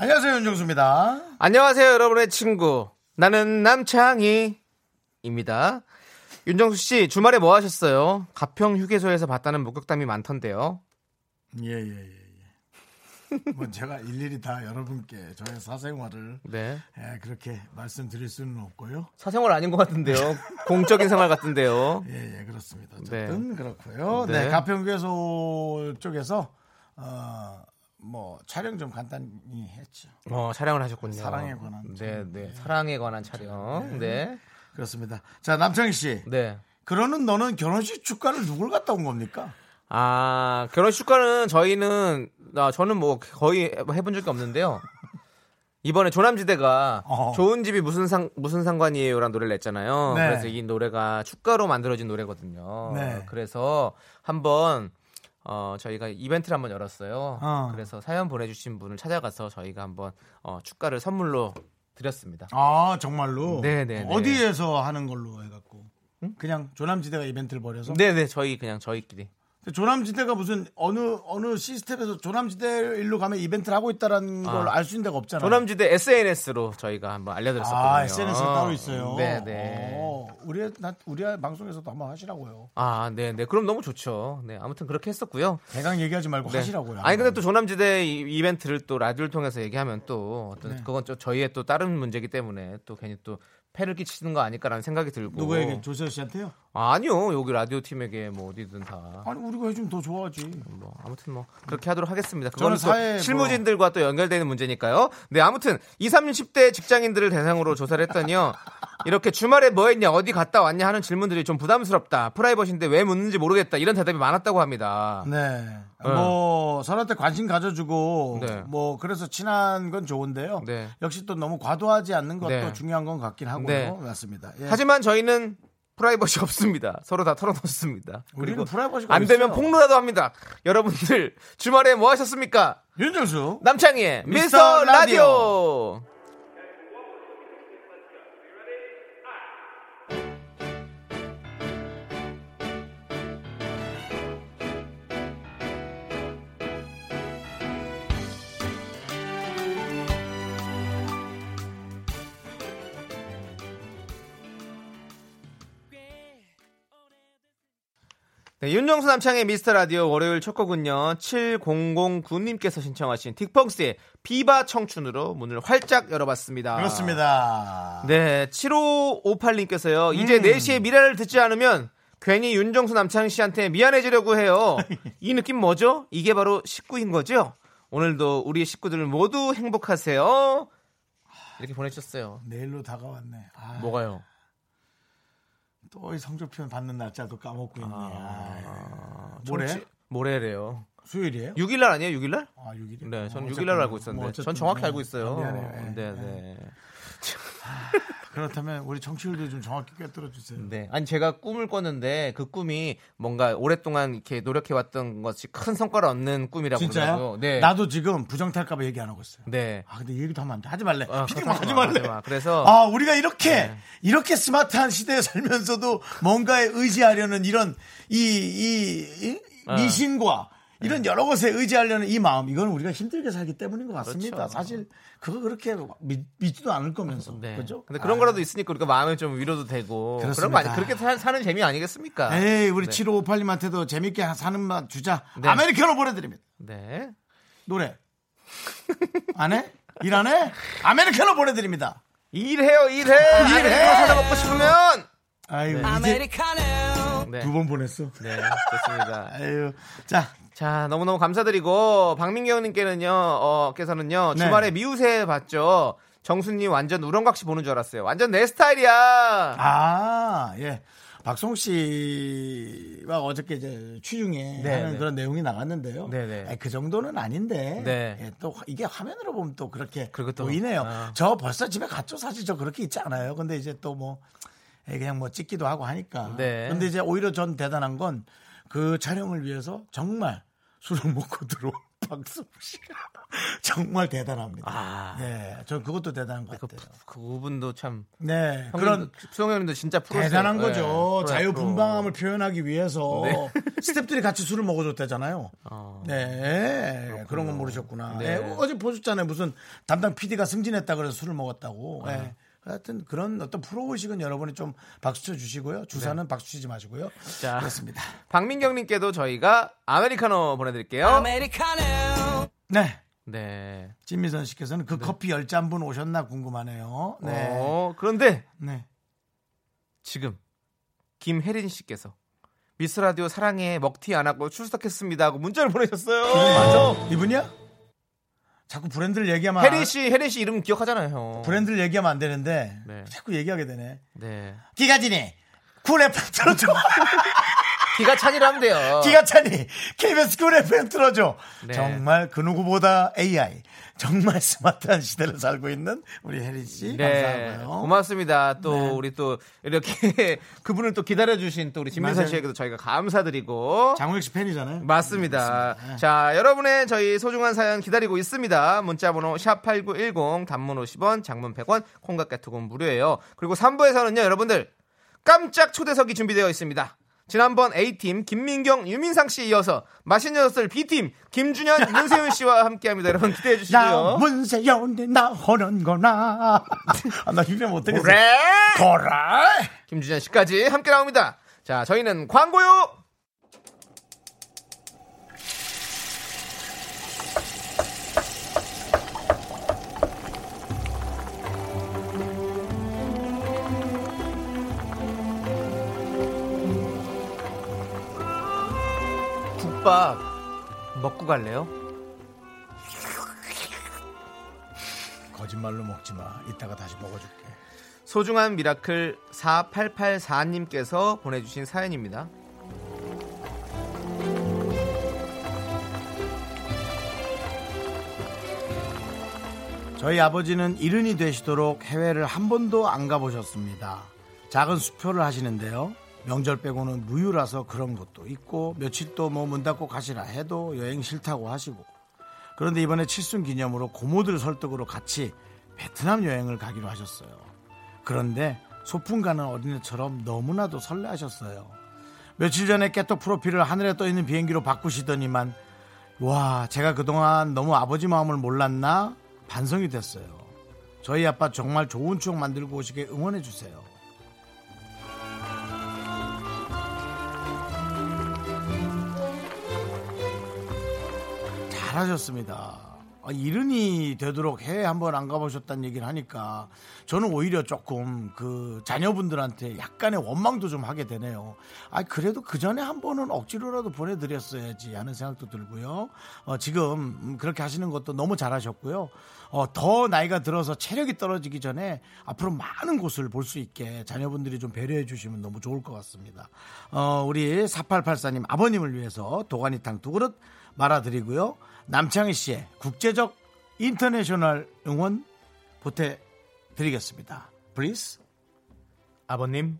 안녕하세요 윤정수입니다. 안녕하세요, 여러분의 친구. 나는 남창희입니다. 윤정수 씨, 주말에 뭐 하셨어요? 가평 휴게소에서 봤다는 목격담이 많던데요. 예예예. 뭐 제가 일일이 다 여러분께 저의 사생활을 네. 예, 그렇게 말씀드릴 수는 없고요. 사생활 아닌 것 같은데요. 공적인 생활 같은데요. 예, 예, 그렇습니다. 어쨌든 그렇고요. 네. 네, 가평교소 쪽에서 어, 뭐 촬영 좀 간단히 했죠. 어, 촬영을 하셨군요. 사랑에 관한 네, 촬영. 네. 사랑에 관한 촬영. 네. 그렇습니다. 자, 남창희 씨. 네. 그러는 너는 결혼식 축가를 누굴 갔다 온 겁니까? 아, 결혼식 가는 저희는, 아, 저는 뭐 거의 해본 적이 없는데요. 이번에 조남지대가 어. 좋은 집이 무슨 상 무슨 상관이에요라는 노래를 냈잖아요. 네. 그래서 이 노래가 축가로 만들어진 노래거든요. 네. 그래서 한번 어 저희가 이벤트를 한번 열었어요. 어. 그래서 사연 보내주신 분을 찾아가서 저희가 한번 어 축가를 선물로 드렸습니다. 아, 정말로. 네, 네, 네. 어디에서 하는 걸로 해갖고. 그냥 조남지대가 이벤트를 벌여서. 네. 네네 저희 그냥 저희끼리 근데 조남지대가 무슨 어느 어느 시스템에서 조남지대 일로 가면 이벤트를 하고 있다라는 걸 알 수 있는 데가 없잖아요. 조남지대 SNS로 저희가 한번 알려드렸었거든요. 음, 아, SNS가 따로 있어요. 네네. 어, 우리 나 우리 방송에서도 한번 하시라고요. 아, 네, 네. 그럼 너무 좋죠. 네, 아무튼 그렇게 했었고요. 대강 얘기하지 말고 네. 하시라고요. 아니 근데 또 조남지대 이- 이벤트를 또 라디오를 통해서 얘기하면 또 어떤 네. 그건 또 저희의 또 다른 문제이기 때문에 또 괜히 또 패를 끼치는 거 아닐까라는 생각이 들고. 누구에게 조세호 씨한테요? 아, 아니요, 여기 라디오 팀에게 뭐 어디든 다. 아니 우리가 해주면 더 좋아하지. 뭐 아무튼 뭐 그렇게 하도록 하겠습니다. 저는 그거는 사회 뭐- 또 실무진들과 또 연결되는 문제니까요. 네 아무튼 20, 30대 직장인들을 대상으로 조사를 했더니요. 이렇게 주말에 뭐 했냐 어디 갔다 왔냐 하는 질문들이 좀 부담스럽다. 프라이버시인데 왜 묻는지 모르겠다. 이런 대답이 많았다고 합니다. 네. 네. 뭐 서로한테 관심 가져주고 네. 뭐 그래서 친한 건 좋은데요. 네. 역시 또 너무 과도하지 않는 것도 네. 중요한 건 같긴 하고요. 네. 맞습니다. 예. 하지만 저희는 프라이버시 없습니다. 서로 다 털어놓습니다. 우리는 프라이버시가 안 되면 있어요. 폭로라도 합니다. 여러분들 주말에 뭐 하셨습니까? 윤정수 남창희의 미스터 미스터 라디오. 라디오. 네, 윤정수 남창의 미스터 라디오 월요일 첫 곡은요. 7009님께서 신청하신 딕펑스의 비바 청춘으로 문을 활짝 열어봤습니다. 그렇습니다. 네, 7558님께서요. 이제 4시에 미라를 듣지 않으면 괜히 윤정수 남창희 씨한테 미안해지려고 해요. 이 느낌 뭐죠? 이게 바로 식구인 거죠? 오늘도 우리 식구들 모두 행복하세요. 이렇게 보내주셨어요. 내일로 다가왔네. 아, 뭐가요? 또이 성적표 받는 날짜도 까먹고 있네. 아, 모레 청취- 모레래요. 수요일이에요? 6일날 아니에요? 6일날? 아, 6일이요? 네, 저는 6일날 알고 있었는데 전 정확히 알고 있어요. 뭐 미안해요. 예. 네, 네. 그렇다면 우리 정치율도 좀 정확히 꿰뚫어 주세요. 네. 아니 제가 꿈을 꿨는데 그 꿈이 뭔가 오랫동안 이렇게 노력해 왔던 것이 큰 성과를 얻는 꿈이라고 진짜요? 그러더라고요. 네. 나도 지금 부정탈까봐 얘기 안 하고 있어요. 네. 아 근데 이 얘기도 하면 안 돼. 하지 말래. 아, 피디 그렇다. 하지 말래. 하지 마. 그래서- 네. 아 우리가 이렇게 이렇게 스마트한 시대에 살면서도 뭔가에 의지하려는 이런 이이 아. 미신과 이런 네. 여러 것에 의지하려는 이 마음 이건 우리가 힘들게 살기 때문인 것 같습니다. 그렇죠. 사실 그거 그렇게 믿, 믿지도 않을 거면서 네. 그죠? 근데 그런 아. 거라도 있으니까 우리가 마음에 좀 위로도 되고 그렇습니다. 그런 거 아니 그렇게 사, 사는 재미 아니겠습니까? 예. 에이 우리 네. 7558님한테도 재밌게 사는 맛 주자. 네. 아메리카노 보내드립니다. 네. 노래 안 해? 일 안 해? 아메리카노 보내드립니다. 일해요, 일해. 아, 일해. 사다 먹고 싶으면. 아유 이제 네. 두 번 보냈어. 네, 좋습니다. 아유 자 자, 너무너무 감사드리고 박민경님께는요, 어, 께서는요 네. 주말에 미우새 봤죠. 정수님 완전 우렁각시 보는 줄 알았어요. 완전 내 스타일이야. 아, 예. 박성욱 씨와 어저께 이제 취중에 네, 하는 네. 그런 내용이 나갔는데요. 네, 네. 아니, 그 정도는 아닌데 네. 예, 또 이게 화면으로 보면 또 그렇게 그리고 또, 보이네요. 아. 저 벌써 집에 갔죠. 사실 저 그렇게 있지 않아요. 근데 이제 또 뭐 그냥 뭐 찍기도 하고 하니까. 네. 근데 이제 오히려 전 대단한 건 그 촬영을 위해서 정말 술을 먹고 들어온 박성욱 씨가 정말 대단합니다. 아. 네, 전 그것도 대단한 것 그, 같아요. 그분도 참 네, 그런 그런 수영 형님도 예, 진짜 네, 프로 대단한 거죠. 자유분방함을 표현하기 위해서 네. 스탭들이 같이 술을 먹어줬다잖아요. 네, 그런건 모르셨구나. 네. 네, 어제 보셨잖아요. 무슨 담당 PD가 승진했다 그래서 술을 어. 먹었다고. 네. 하여튼 그런 어떤 프로 의식은 여러분이 좀 박수 쳐 주시고요. 주사는 박수 치지 마시고요. 네. 자. 그렇습니다. 박민경님께도 저희가 아메리카노 보내드릴게요. 네. 네. 진미선 씨께서는 그 커피 열 잔 분 오셨나 궁금하네요. 네. 어, 그런데 네. 지금 김혜린 씨께서 미스 라디오 사랑해 먹튀 안 하고 출석했습니다 하고 문자를 보내셨어요. 이분이야? 자꾸 브랜드를 얘기하면 혜린 안- 씨, 혜린 씨 이름 기억하잖아요, 형. 아. 브랜드를 얘기하면 안 되는데 네. 자꾸 얘기하게 되네. 네. 기가진이 쿨 FM 틀어줘. 기가 찬이라 하면 돼요. 기가찬이 KBS 쿨 FM 틀어줘. 네. 정말 그 누구보다 AI, 정말 스마트한 시대를 살고 있는 우리 혜리 씨 네, 감사하고요. 고맙습니다. 또 네. 우리 또 이렇게 그분을 또 기다려주신 또 우리 진민선 맞아요. 씨에게도 저희가 감사드리고 장우혁 씨 팬이잖아요. 맞습니다. 자, 여러분의 저희 소중한 사연 기다리고 있습니다. 문자번호 샵8910 단문 50원, 장문 100원, 콩깍개톡은 무료예요. 그리고 3부에서는요, 여러분들 깜짝 초대석이 준비되어 있습니다. 지난번 A팀 김민경, 유민상 씨에 이어서 맛있는 녀석들 B팀 김준현, 윤세윤 씨와 함께합니다. 여러분 기대해 나 주시고요. 문세연이 나 호는거나. 아, 나 힘내면 못하겠어. 그래! 고라. 김준현 씨까지 함께 나옵니다. 자, 저희는 광고요. 국밥 먹고 갈래요? 거짓말로 먹지 마. 이따가 다시 먹어줄게. 소중한 미라클 4884님께서 보내주신 사연입니다. 저희 아버지는 이른이 되시도록 해외를 한 번도 안 가보셨습니다. 작은 수표를 하시는데요. 명절 빼고는 무휴라서 그런 것도 있고 며칠 또 뭐 문 닫고 가시라 해도 여행 싫다고 하시고 그런데 이번에 칠순 기념으로 고모들 설득으로 같이 베트남 여행을 가기로 하셨어요. 그런데 소풍 가는 어린애처럼 너무나도 설레하셨어요. 며칠 전에 깨톡 프로필을 하늘에 떠 있는 비행기로 바꾸시더니만 와, 제가 그동안 너무 아버지 마음을 몰랐나? 반성이 됐어요. 저희 아빠 정말 좋은 추억 만들고 오시게 응원해 주세요. 잘하셨습니다. 아, 이른이 되도록 해외 한번 안 가보셨다는 얘기를 하니까 저는 오히려 조금 그 자녀분들한테 약간의 원망도 좀 하게 되네요. 아 그래도 그 전에 한 번은 억지로라도 보내드렸어야지 하는 생각도 들고요. 어, 지금 음, 그렇게 하시는 것도 너무 잘하셨고요. 어, 더 나이가 들어서 체력이 떨어지기 전에 앞으로 많은 곳을 볼 수 있게 자녀분들이 좀 배려해 주시면 너무 좋을 것 같습니다. 어, 우리 4884님 아버님을 위해서 도가니탕 두 그릇 말아드리고요. 남창희 씨의 국제적 인터내셔널 응원 보태드리겠습니다. Please. 아버님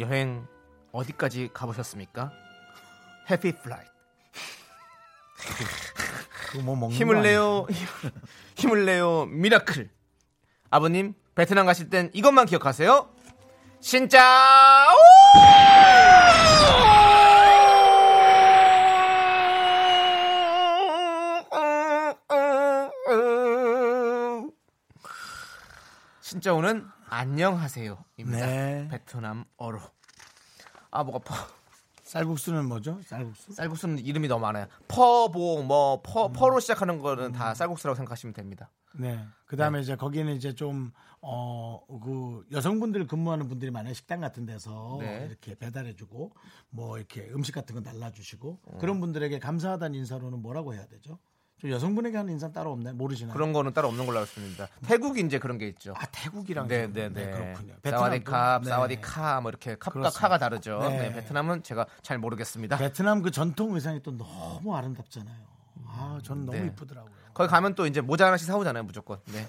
여행 어디까지 가보셨습니까? 해피 플라이트 그거 뭐 먹는 힘을 거 아니에요? 내요 힘을 내요 미라클 아버님 베트남 가실 땐 이것만 기억하세요 진짜 진짜 오는 안녕하세요입니다 네. 베트남어로 아 목 아파 쌀국수는 뭐죠? 쌀국수. 쌀국수는 이름이 너무 많아요. 퍼보 뭐 퍼, 퍼로 시작하는 거는 음. 다 쌀국수라고 생각하시면 됩니다. 네. 그 다음에 이제 거기는 이제 좀, 어, 그 여성분들 근무하는 분들이 많아요. 식당 같은 데서 네. 이렇게 배달해주고 뭐 이렇게 음식 같은 거 날라주시고 그런 분들에게 감사하다는 인사로는 뭐라고 해야 되죠? 저 여성분에게 하는 인사 따로 없나요? 모르시나요? 그런 거는 따로 없는 걸로 알고 있습니다. 태국 이제 그런 게 있죠. 네. 아 태국이랑 좀- 네네네. 그렇군요. 사와디캅, 네. 사와디카 뭐 이렇게 캅과 그렇습니다. 카가 다르죠. 네. 네. 베트남은 제가 잘 모르겠습니다. 베트남 그 전통 의상이 또 너무 아름답잖아요. 아, 저는 너무 네. 이쁘더라고요. 거기 가면 또 이제 모자 하나씩 사오잖아요, 무조건. 네.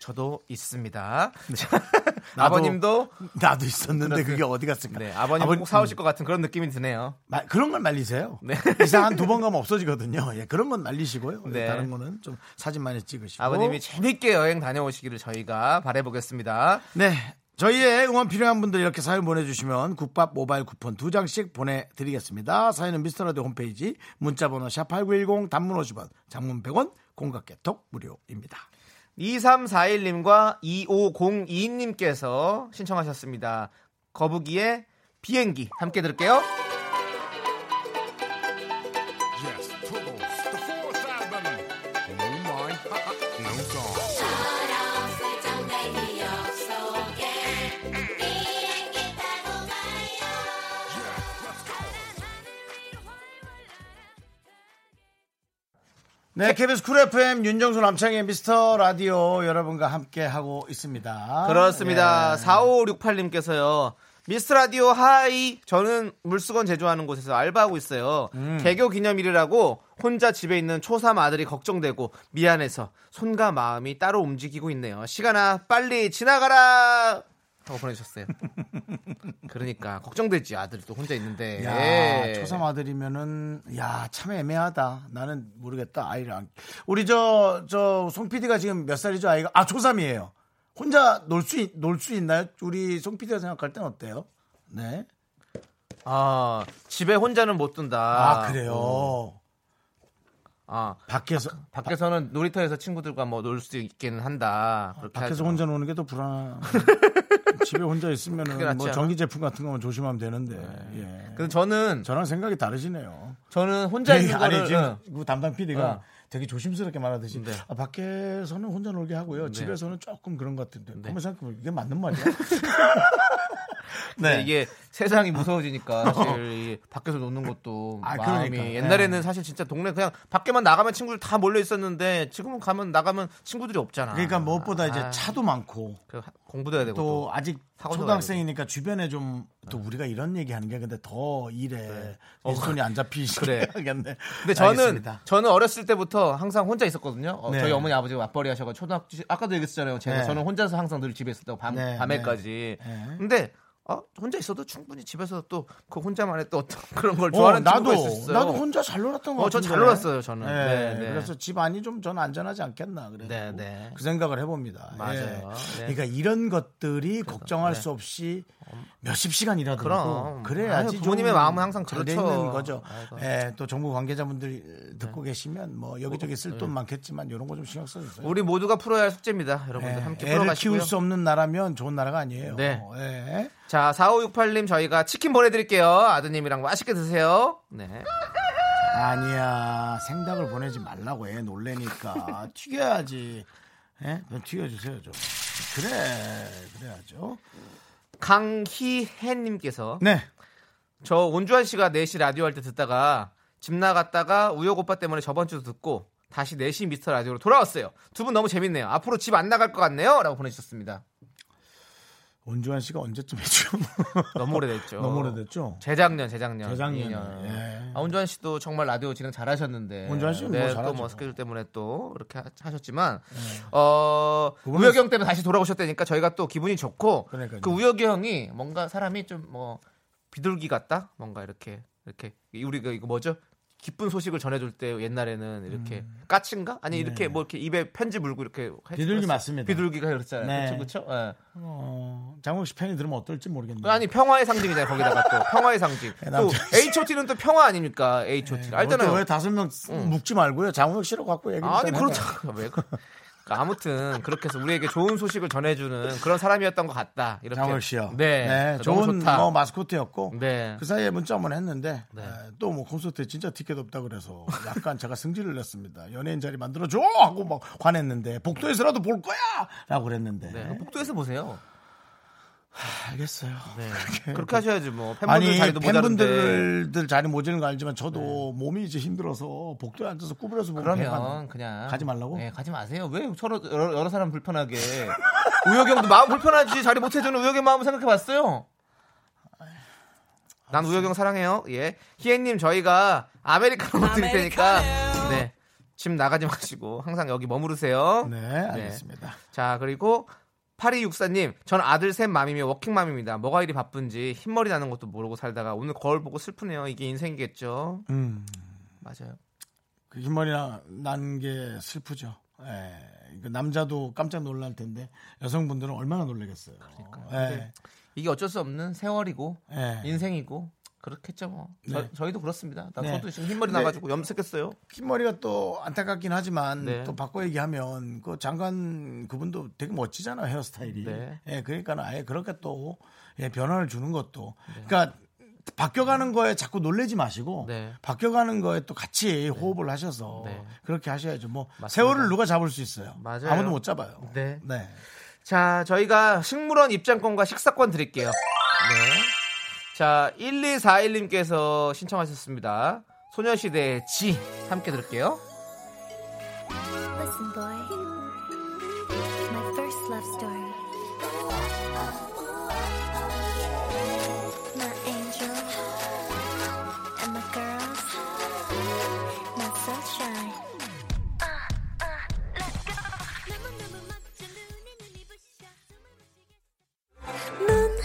저도 있습니다. 자, 네. 나도- 아버님도 나도 있었는데 그게 어디 갔을까? 네, 아버님 아버- 꼭 사오실 것 같은 그런 느낌이 드네요. 마- 그런 걸 말리세요. 네. 이상 한 두 번 가면 없어지거든요. 예, 그런 건 말리시고요. 예, 네. 다른 거는 좀 사진 많이 찍으시고. 아버님이 재밌게 여행 다녀오시기를 저희가 바라보겠습니다. 네. 저희의 응원 필요한 분들 이렇게 사연 보내주시면 국밥 모바일 쿠폰 두 장씩 보내드리겠습니다. 사연은 미스터라디오 홈페이지 문자번호 샵8910 단문 50원 장문 100원 공각개톡 무료입니다. 2341님과 2502님께서 신청하셨습니다. 거북이의 비행기 함께 들을게요. Yes, troubles. The fourth album. No mind, no song. 네, KBS 쿨 FM 윤정수 남창의 미스터 라디오 여러분과 함께 하고 있습니다. 그렇습니다. 예. 4568님께서요. 미스 라디오 하이. 저는 물수건 제조하는 곳에서 알바하고 있어요. 음. 개교 기념일이라고 혼자 집에 있는 초삼 아들이 걱정되고 미안해서 손과 마음이 따로 움직이고 있네요. 시간아 빨리 지나가라. 하고 보내주셨어요. 그러니까 걱정되지 아들이 또 혼자 있는데. 예. 야, 초삼 아들이면은 야, 참 애매하다. 나는 모르겠다. 아이를 안 우리 저 저송 PD가 지금 몇 살이죠? 아이가 아, 초삼이에요. 혼자 놀 수 놀 수 있나요? 우리 송 PD가 생각할 땐 어때요? 네. 아, 집에 혼자는 못 둔다. 아, 그래요. 아 밖에서 밖에서는 놀이터에서 친구들과 뭐 놀 수 있기는 한다. 그렇게 아, 밖에서 하죠. 혼자 노는 게 더 불안한. 집에 혼자 그게 있으면은 낫지 뭐 않아? 전기 제품 같은 거만 조심하면 되는데. 예. 근데 저는 저랑 생각이 다르시네요. 저는 혼자 예, 있는 아니, 거를 지금 응. 그 담당 PD가 어. 되게 조심스럽게 말하듯이 네. 아, 밖에서는 혼자 놀게 하고요. 집에서는 조금 그런 것 같은데. 네. 한번 생각해보면 이게 맞는 말이야? 네. 근데 네, 이게 세상이 무서워지니까 사실 이 밖에서 노는 것도 아, 마음이 그러니까. 옛날에는 사실 진짜 동네 그냥 밖에만 나가면 친구들 다 몰려 있었는데 지금은 가면 나가면 친구들이 없잖아. 그러니까 무엇보다 이제 아, 차도 많고 그 하- 공부도 해야 되고 또 또, 아직 사고도 네. 초등학생이니까 주변에 좀 또 우리가 이런 얘기 하는 게 근데 더 일에 내 손이 안 잡히시게 어, 그래. 하겠네. 근데 저는 알겠습니다. 저는 어렸을 때부터 항상 혼자 있었거든요. 어, 네. 저희 어머니 아버지가 맞벌이 하셔가 초등학교 시- 아까도 얘기했잖아요. 제가 네. 저는 혼자서 항상 늘 집에 있었다고 밤, 네, 밤에까지. 네. 근데 어, 혼자 있어도 충분히 집에서 또 그 혼자만의 또 어떤 그런 걸 어, 좋아하는 나도 친구가 있었어요. 나도 혼자 잘 놀았던 거 어, 전 같은데. 잘 놀았어요, 저는. 네, 네, 네. 그래서 집안이 좀 저는 안전하지 않겠나 그래. 네, 네. 그 생각을 해봅니다. 맞아요. 네. 그러니까 이런 것들이 걱정할 네. 수 없이 몇십 시간 일하도 그럼. 하고 그래야지 아유, 부모님의 마음은 항상 잘돼 그렇죠. 있는 거죠. 아이고. 네. 예, 또 정부 관계자분들 듣고 계시면 뭐 여기저기 쓸 돈 많겠지만 이런 거 좀 신경 써주세요. 우리 모두가 풀어야 할 숙제입니다. 여러분들 예, 함께 애를 풀어가시고요. 키울 수 없는 나라면 좋은 나라가 아니에요. 네. 예. 자, 4568님 저희가 치킨 보내드릴게요. 아드님이랑 맛있게 드세요. 네. 아니야 생닭을 보내지 말라고 해 놀래니까 튀겨야지 예? 좀 튀겨주세요 좀 그래 그래야죠 강희혜님께서 네 저 온주환 씨가 4시 라디오 할 때 듣다가 집 나갔다가 우혁 오빠 때문에 저번 주도 듣고 다시 4시 미스터 라디오로 돌아왔어요. 두 분 너무 재밌네요. 앞으로 집 안 나갈 것 같네요. 라고 보내주셨습니다. 온주환 씨가 언제쯤 했죠 너무 오래됐죠. 너무 오래됐죠 재작년, 재작년. 재작년에, 이 년. 예. 아, 온주환 씨도 정말 라디오 진행 잘하셨는데. 네, 온주환 씨는 뭐 잘하죠. 예. 또뭐 스케줄 때문에 또 이렇게 하- 하셨지만, 어, 우혁이 형 때문에 다시 돌아오셨다니까 저희가 또 기분이 좋고, 그러니까요. 그 우혁이 형이 뭔가 사람이 좀 뭐 비둘기 같다? 뭔가 이렇게, 이렇게. 우리가 그 이거 뭐죠? 기쁜 소식을 전해줄 때 옛날에는 이렇게 까친가? 아니 이렇게 뭐 이렇게 입에 편지 물고 이렇게 해- 음. 네. 비둘기 그랬- 맞습니다. 비둘기가 그렇잖아요. 네. 그렇죠, 그렇죠. 예. 어, 장욱 씨 팬이 들으면 어떨지 모르겠네요 아니 평화의 상징이잖아요. 거기다가 또 평화의 상징. 또 네, 남자- 네, H.O.T.는 또 평화 아닙니까? H.O.T. 알잖아요. 왜 다섯 명 묶지 말고요 장욱 씨로 갖고 얘기 아니 그렇다. 왜 그? 그러니까 아무튼 그렇게 해서 우리에게 좋은 소식을 전해주는 그런 사람이었던 것 같다. 이렇게. 장욱 씨요 네. 너무 좋은 좋다. 뭐 마스코트였고 네. 그 사이에 문자 한번 했는데 또 뭐 콘서트에 진짜 티켓 없다 그래서 약간 제가 승질을 냈습니다. 연예인 자리 만들어줘 하고 막 화냈는데 복도에서라도 볼 거야 라고 그랬는데 네. 복도에서 보세요. 알겠어요. 그렇게 하셔야지 뭐 네. 팬분들 네. 아니 자리도 모자른데 네. 팬분들 자리 모자는 거 알지만 저도 몸이 이제 힘들어서 복도에 앉아서 구부려서 보면 배가 그러면 안- 그냥 가지 말라고? 네, 가지 마세요. 왜 서로 여러, 여러 사람 불편하게 우혁이 형도 마음 불편하지 자리 못 해주는 우혁이 마음 생각해봤어요. 난 우혁이 형 사랑해요. 예, 희애님 저희가 아메리카노 드릴 테니까 네, 집 나가지 마시고 항상 여기 머무르세요. 네 알겠습니다. 자 그리고 8264님 전 아들 셋 맘이며 워킹맘입니다 뭐가 이리 바쁜지 흰머리 나는 것도 모르고 살다가 오늘 거울 보고 슬프네요 이게 인생이겠죠 음. 맞아요 그 흰머리나 난 게 슬프죠. 예. 그 남자도 깜짝 놀랄 텐데 여성분들은 얼마나 놀라겠어요. 예. 이게 어쩔 수 없는 세월이고 예. 인생이고 그렇겠죠 뭐 네. 저, 희도 그렇습니다 나 네. 저도 지금 흰머리 네. 나가지고 염색했어요 흰머리가 또 안타깝긴 하지만 네. 또 바꿔 얘기하면 그 장관 그분도 되게 멋지잖아 요 헤어스타일이. 네. 예, 그러니까 아예 그렇게 또 예, 변화를 주는 것도. 그러니까 바뀌어가는 거에 자꾸 놀래지 마시고 네. 바뀌어가는 거에 또 같이 호흡을 하셔서 네. 그렇게 하셔야죠. 뭐 맞습니다. 세월을 누가 잡을 수 있어요? 맞아요. 무도못 잡아요. 네. 자 저희가 식물원 입장권과 식사권 드릴게요 네. 자 1241님께서 신청하셨습니다 소녀시대의 지 함께 들을게요 Listen, boy. My first love story. My angel and my girls, my sunshine. 넌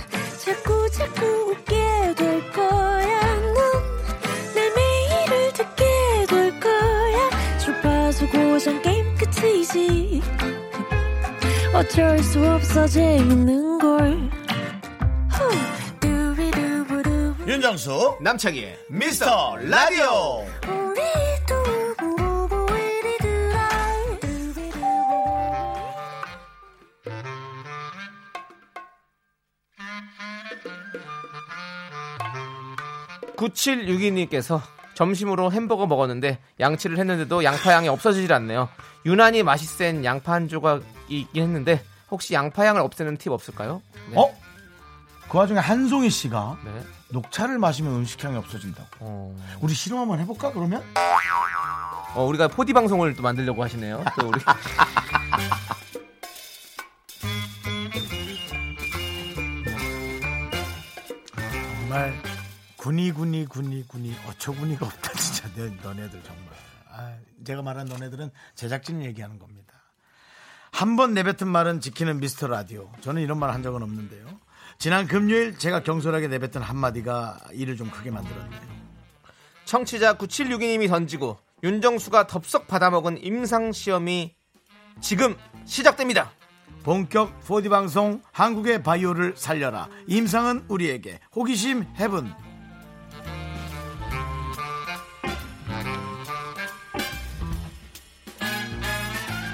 자꾸 자꾸 웃게 될 거야. 넌내 매일을 듣게 될 거야. 주파수 고정 게임 끝이지. 어쩔 수 없어 재밌는 걸. 후. 두비두부두. 윤정수 남창희의 미스터 라디오. 우리 두부부부 우리 두라. 두비두부부. 미- 9762님께서 점심으로 햄버거 먹었는데 양치를 했는데도 양파향이 없어지질 않네요. 유난히 맛이 센 양파 한 조각이 있긴 했는데 혹시 양파향을 없애는 팁 없을까요? 네. 어? 그 와중에 한송이 씨가 네. 녹차를 마시면 음식향이 없어진다고. 어. 우리 실험 한번 해볼까 그러면? 어, 우리가 포디 방송을 또 만들려고 하시네요. 또 우리. 정말 군이 군이 군이 군이 어처구니가 없다 진짜 내 너네들 정말 아, 제가 말한 너네들은 제작진 얘기하는 겁니다 한 번 내뱉은 말은 지키는 미스터 라디오 저는 이런 말 한 적은 없는데요 지난 금요일 제가 경솔하게 내뱉은 한마디가 일을 좀 크게 만들었네요 청취자 9762님이 던지고 윤정수가 덥석 받아먹은 임상 시험이 지금 시작됩니다. 본격 4D 방송 한국의 바이오를 살려라 임상은 우리에게 호기심 해븐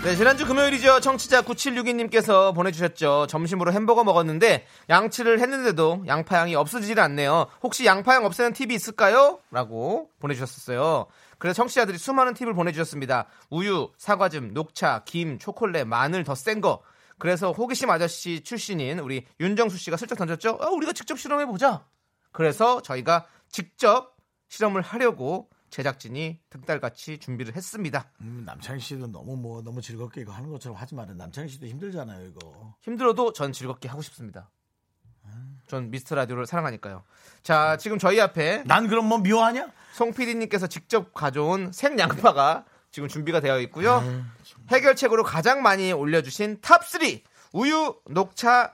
네, 지난주 금요일이죠. 청취자 9762님께서 보내주셨죠. 점심으로 햄버거 먹었는데 양치를 했는데도 양파향이 없어지질 않네요. 혹시 양파향 없애는 팁이 있을까요? 라고 보내주셨었어요. 그래서 청취자들이 수많은 팁을 보내주셨습니다. 우유, 사과즙, 녹차, 김, 초콜릿, 마늘 더 센 거. 그래서 호기심 아저씨 출신인 우리 윤정수 씨가 슬쩍 던졌죠. 어, 우리가 직접 실험해보자. 그래서 저희가 직접 실험을 하려고 제작진이 득달같이 준비를 했습니다. 음, 남창희 씨도 너무 뭐 너무 즐겁게 이거 하는 것처럼 하지 마라 남창희 씨도 힘들잖아요 이거 힘들어도 전 즐겁게 하고 싶습니다. 전 미스터 라디오를 사랑하니까요. 자, 지금 저희 앞에 난 그럼 뭐 미워하냐? 송 PD님께서 직접 가져온 생양파가 지금 준비가 되어 있고요. 아, 해결책으로 가장 많이 올려주신 탑3 우유, 녹차,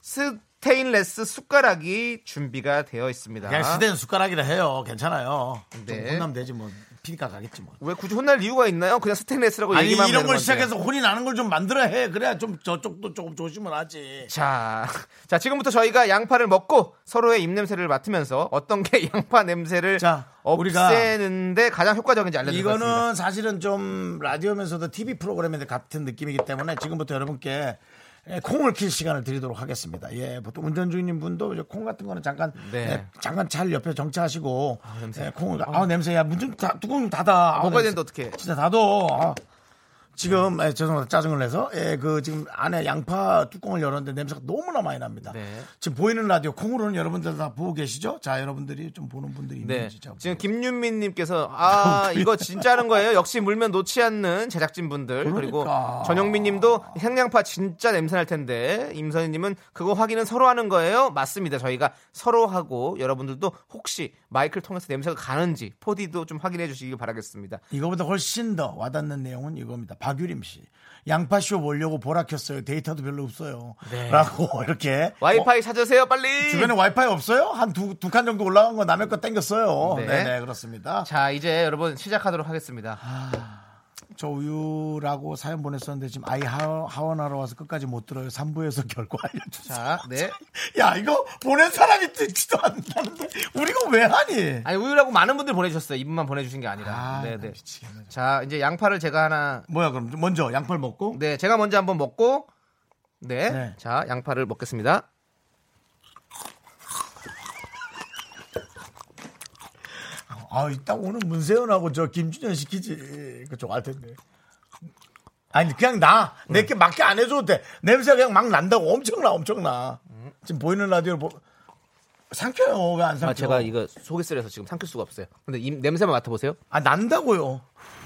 스테인레스 숟가락이 준비가 되어 있습니다. 그냥 시대는 숟가락이라 해요. 괜찮아요. 좀 아. 네. 혼남 되지 뭐 피니까 가겠지 뭐. 왜 굳이 혼날 이유가 있나요? 그냥 스테인레스라고 아니 뭐 얘기만 하면 이런 되는 걸 건데. 시작해서 혼이 나는 걸 좀 만들어 해. 그래야 좀 저쪽도 조금 조심을 하지. 자, 자 지금부터 저희가 양파를 먹고 서로의 입냄새를 맡으면서 어떤 게 양파 냄새를 자, 우리가 없애는데 가장 효과적인지 알려드리겠습니다. 이거는 사실은 좀 라디오면서도 TV 프로그램에 같은 느낌이기 때문에 지금부터 여러분께 예, 콩을 킬 시간을 드리도록 하겠습니다. 예, 보통 운전 중인 분도 이제 콩 같은 거는 잠깐 네. 예, 잠깐 차를 옆에 정차하시고 아, 냄새. 아. 예, 콩을 아 냄새야 문 좀 다- 뚜껑 좀 닫아. 아우, 먹어야 냄새. 되는데 어떡해. 진짜 닫어. 아. 지금 예, 죄송합니다 짜증을 내서 예, 그 지금 안에 양파 뚜껑을 열었는데 냄새가 너무나 많이 납니다. 네. 지금 보이는 라디오 콩으로는 여러분들 다 보고 계시죠? 자 여러분들이 좀 보는 분들이 네. 있는지 자 지금 김윤민님께서 아 이거 진짜 하는 거예요. 역시 물면 놓지 않는 제작진분들 그리고 그러니까. 전영민님도 향양파 진짜 냄새날 텐데 임선희님은 그거 확인은 서로 하는 거예요. 맞습니다. 저희가 서로 하고 여러분들도 혹시 마이크를 통해서 냄새가 가는지 포디도 좀 확인해 주시길 바라겠습니다. 이거보다 훨씬 더 와닿는 내용은 이겁니다. 박유림 씨. 양파쇼 보려고 보라 켰어요. 데이터도 별로 없어요. 라고 이렇게 네. 와이파이 찾으세요 빨리. 어, 주변에 와이파이 없어요? 한 두 두 칸 정도 올라간 거 남의 거 땡겼어요. 네. 네, 네 그렇습니다. 자 이제 여러분 시작하도록 하겠습니다. 저 우유라고 사연 보냈었는데 지금 아이 하- 하원하러 와서 끝까지 못 들어요. 3부에서 결과 알려주세요. 자 네. 야 이거 보낸 사람이 듣지도 않는데 우리가 왜 하니? 아니 우유라고 많은 분들 보내주셨어요. 이분만 보내주신 게 아니라. 아, 네네. 미치겠네. 자 이제 양파를 제가 하나 뭐야 그럼 먼저 양파를 먹고 네, 제가 먼저 한번 먹고 네, 네. 자 양파를 먹겠습니다. 아 이따 오늘 문세윤하고 저 김준현 시키지 그쪽 알 텐데. 아니 그냥 나 내게 맞게 안 해줘도 돼. 냄새가 그냥 막 난다고 엄청나 엄청나. 지금 보이는 라디오를 보... 삼켜요 왜 안 삼켜? 아, 제가 이거 속이 쓰려서 지금 삼킬 수가 없어요. 근데 이 냄새만 맡아보세요. 아 난다고요.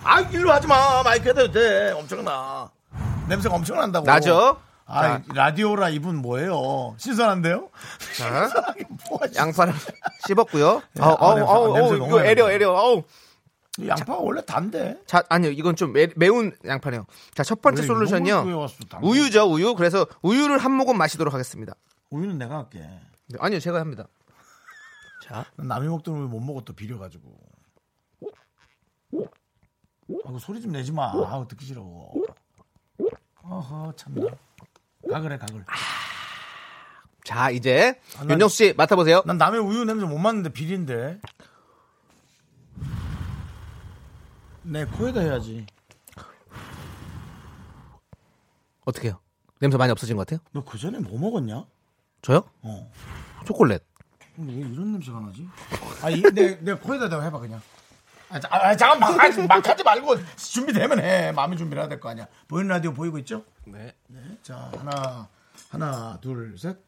아 일로 하지 마 마이크 해도 돼 엄청나. 냄새가 엄청난다고. 나죠? 아 이 라디오라 이분 뭐예요? 신선한데요? 신선하게 뭐 하지? 양파를 씹었고요. 네, 아우, 아, 아우, 냄새, 아우, 냄새 아우, 너무 이거 많이 애려, 나네. 애려, 아우. 양파가 원래 단데. 자, 아니요, 이건 좀 매, 매운 양파네요. 자, 첫 번째 왜 이런 걸 솔루션이요. 구해왔어, 당근. 우유죠, 우유. 그래서 우유를 한 모금 마시도록 하겠습니다. 우유는 내가 할게. 네, 아니요, 제가 합니다. 자, 난 남이 먹던 우유 못 먹어 또 비려가지고. 아그 소리 좀 내지 마. 아우 듣기 싫어. 어허 참나. 가글해 가글. 자, 이제 아, 난- 윤정수 씨 맡아보세요. 난 남의 우유 냄새 못 맡는데 비린데. 내 코에다 해야지. 어떻게요? 냄새 많이 없어진 것 같아요? 너 그 전에 뭐 먹었냐? 저요? 어. 초콜릿. 근데 왜 이런 냄새가 나지? 아, 이, 내, 내 코에다 대고 해봐, 그냥. 아, 자, 아, 잠깐, 막, 하지, 막 하지 말고, 준비되면 해. 마음의 준비를 해야 될 거 아니야. 보이는 라디오 보이고 있죠? 네. 네. 자, 하나, 하나, 둘, 셋.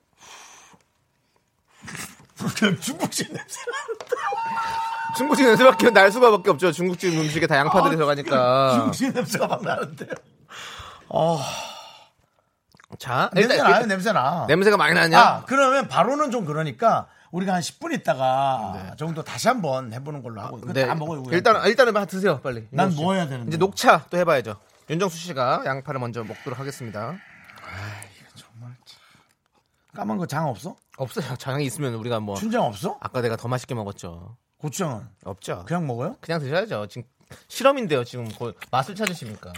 그냥 중국식 냄새. 중국집 냄새밖에 날 수밖에 없죠. 중국집 음식에 다 양파들이 들어가니까. 아, 중국식 냄새가 막 나는데요. 아, 자, 냄새 일단 나요, 냄새 나. 냄새가 많이 나냐? 아, 그러면 바로는 좀 그러니까, 우리가 한 10분 있다가 정도 다시 한번 해보는 걸로 하고. 그거 네. 다 먹어요. 일단 일단은 한 드세요, 빨리. 난 뭐 해야 되는데? 이제 녹차 또 해봐야죠. 윤정수 씨가 양파를 먼저 먹도록 하겠습니다. 까만 거 장 없어? 없어요. 장이 있으면 우리가 뭐 춘장 없어? 아까 내가 더 맛있게 먹었죠. 고추장은? 없죠. 그냥, 그냥 먹어요? 드셔야죠. 지금 실험인데요. 지금 곧 맛을 찾으십니까?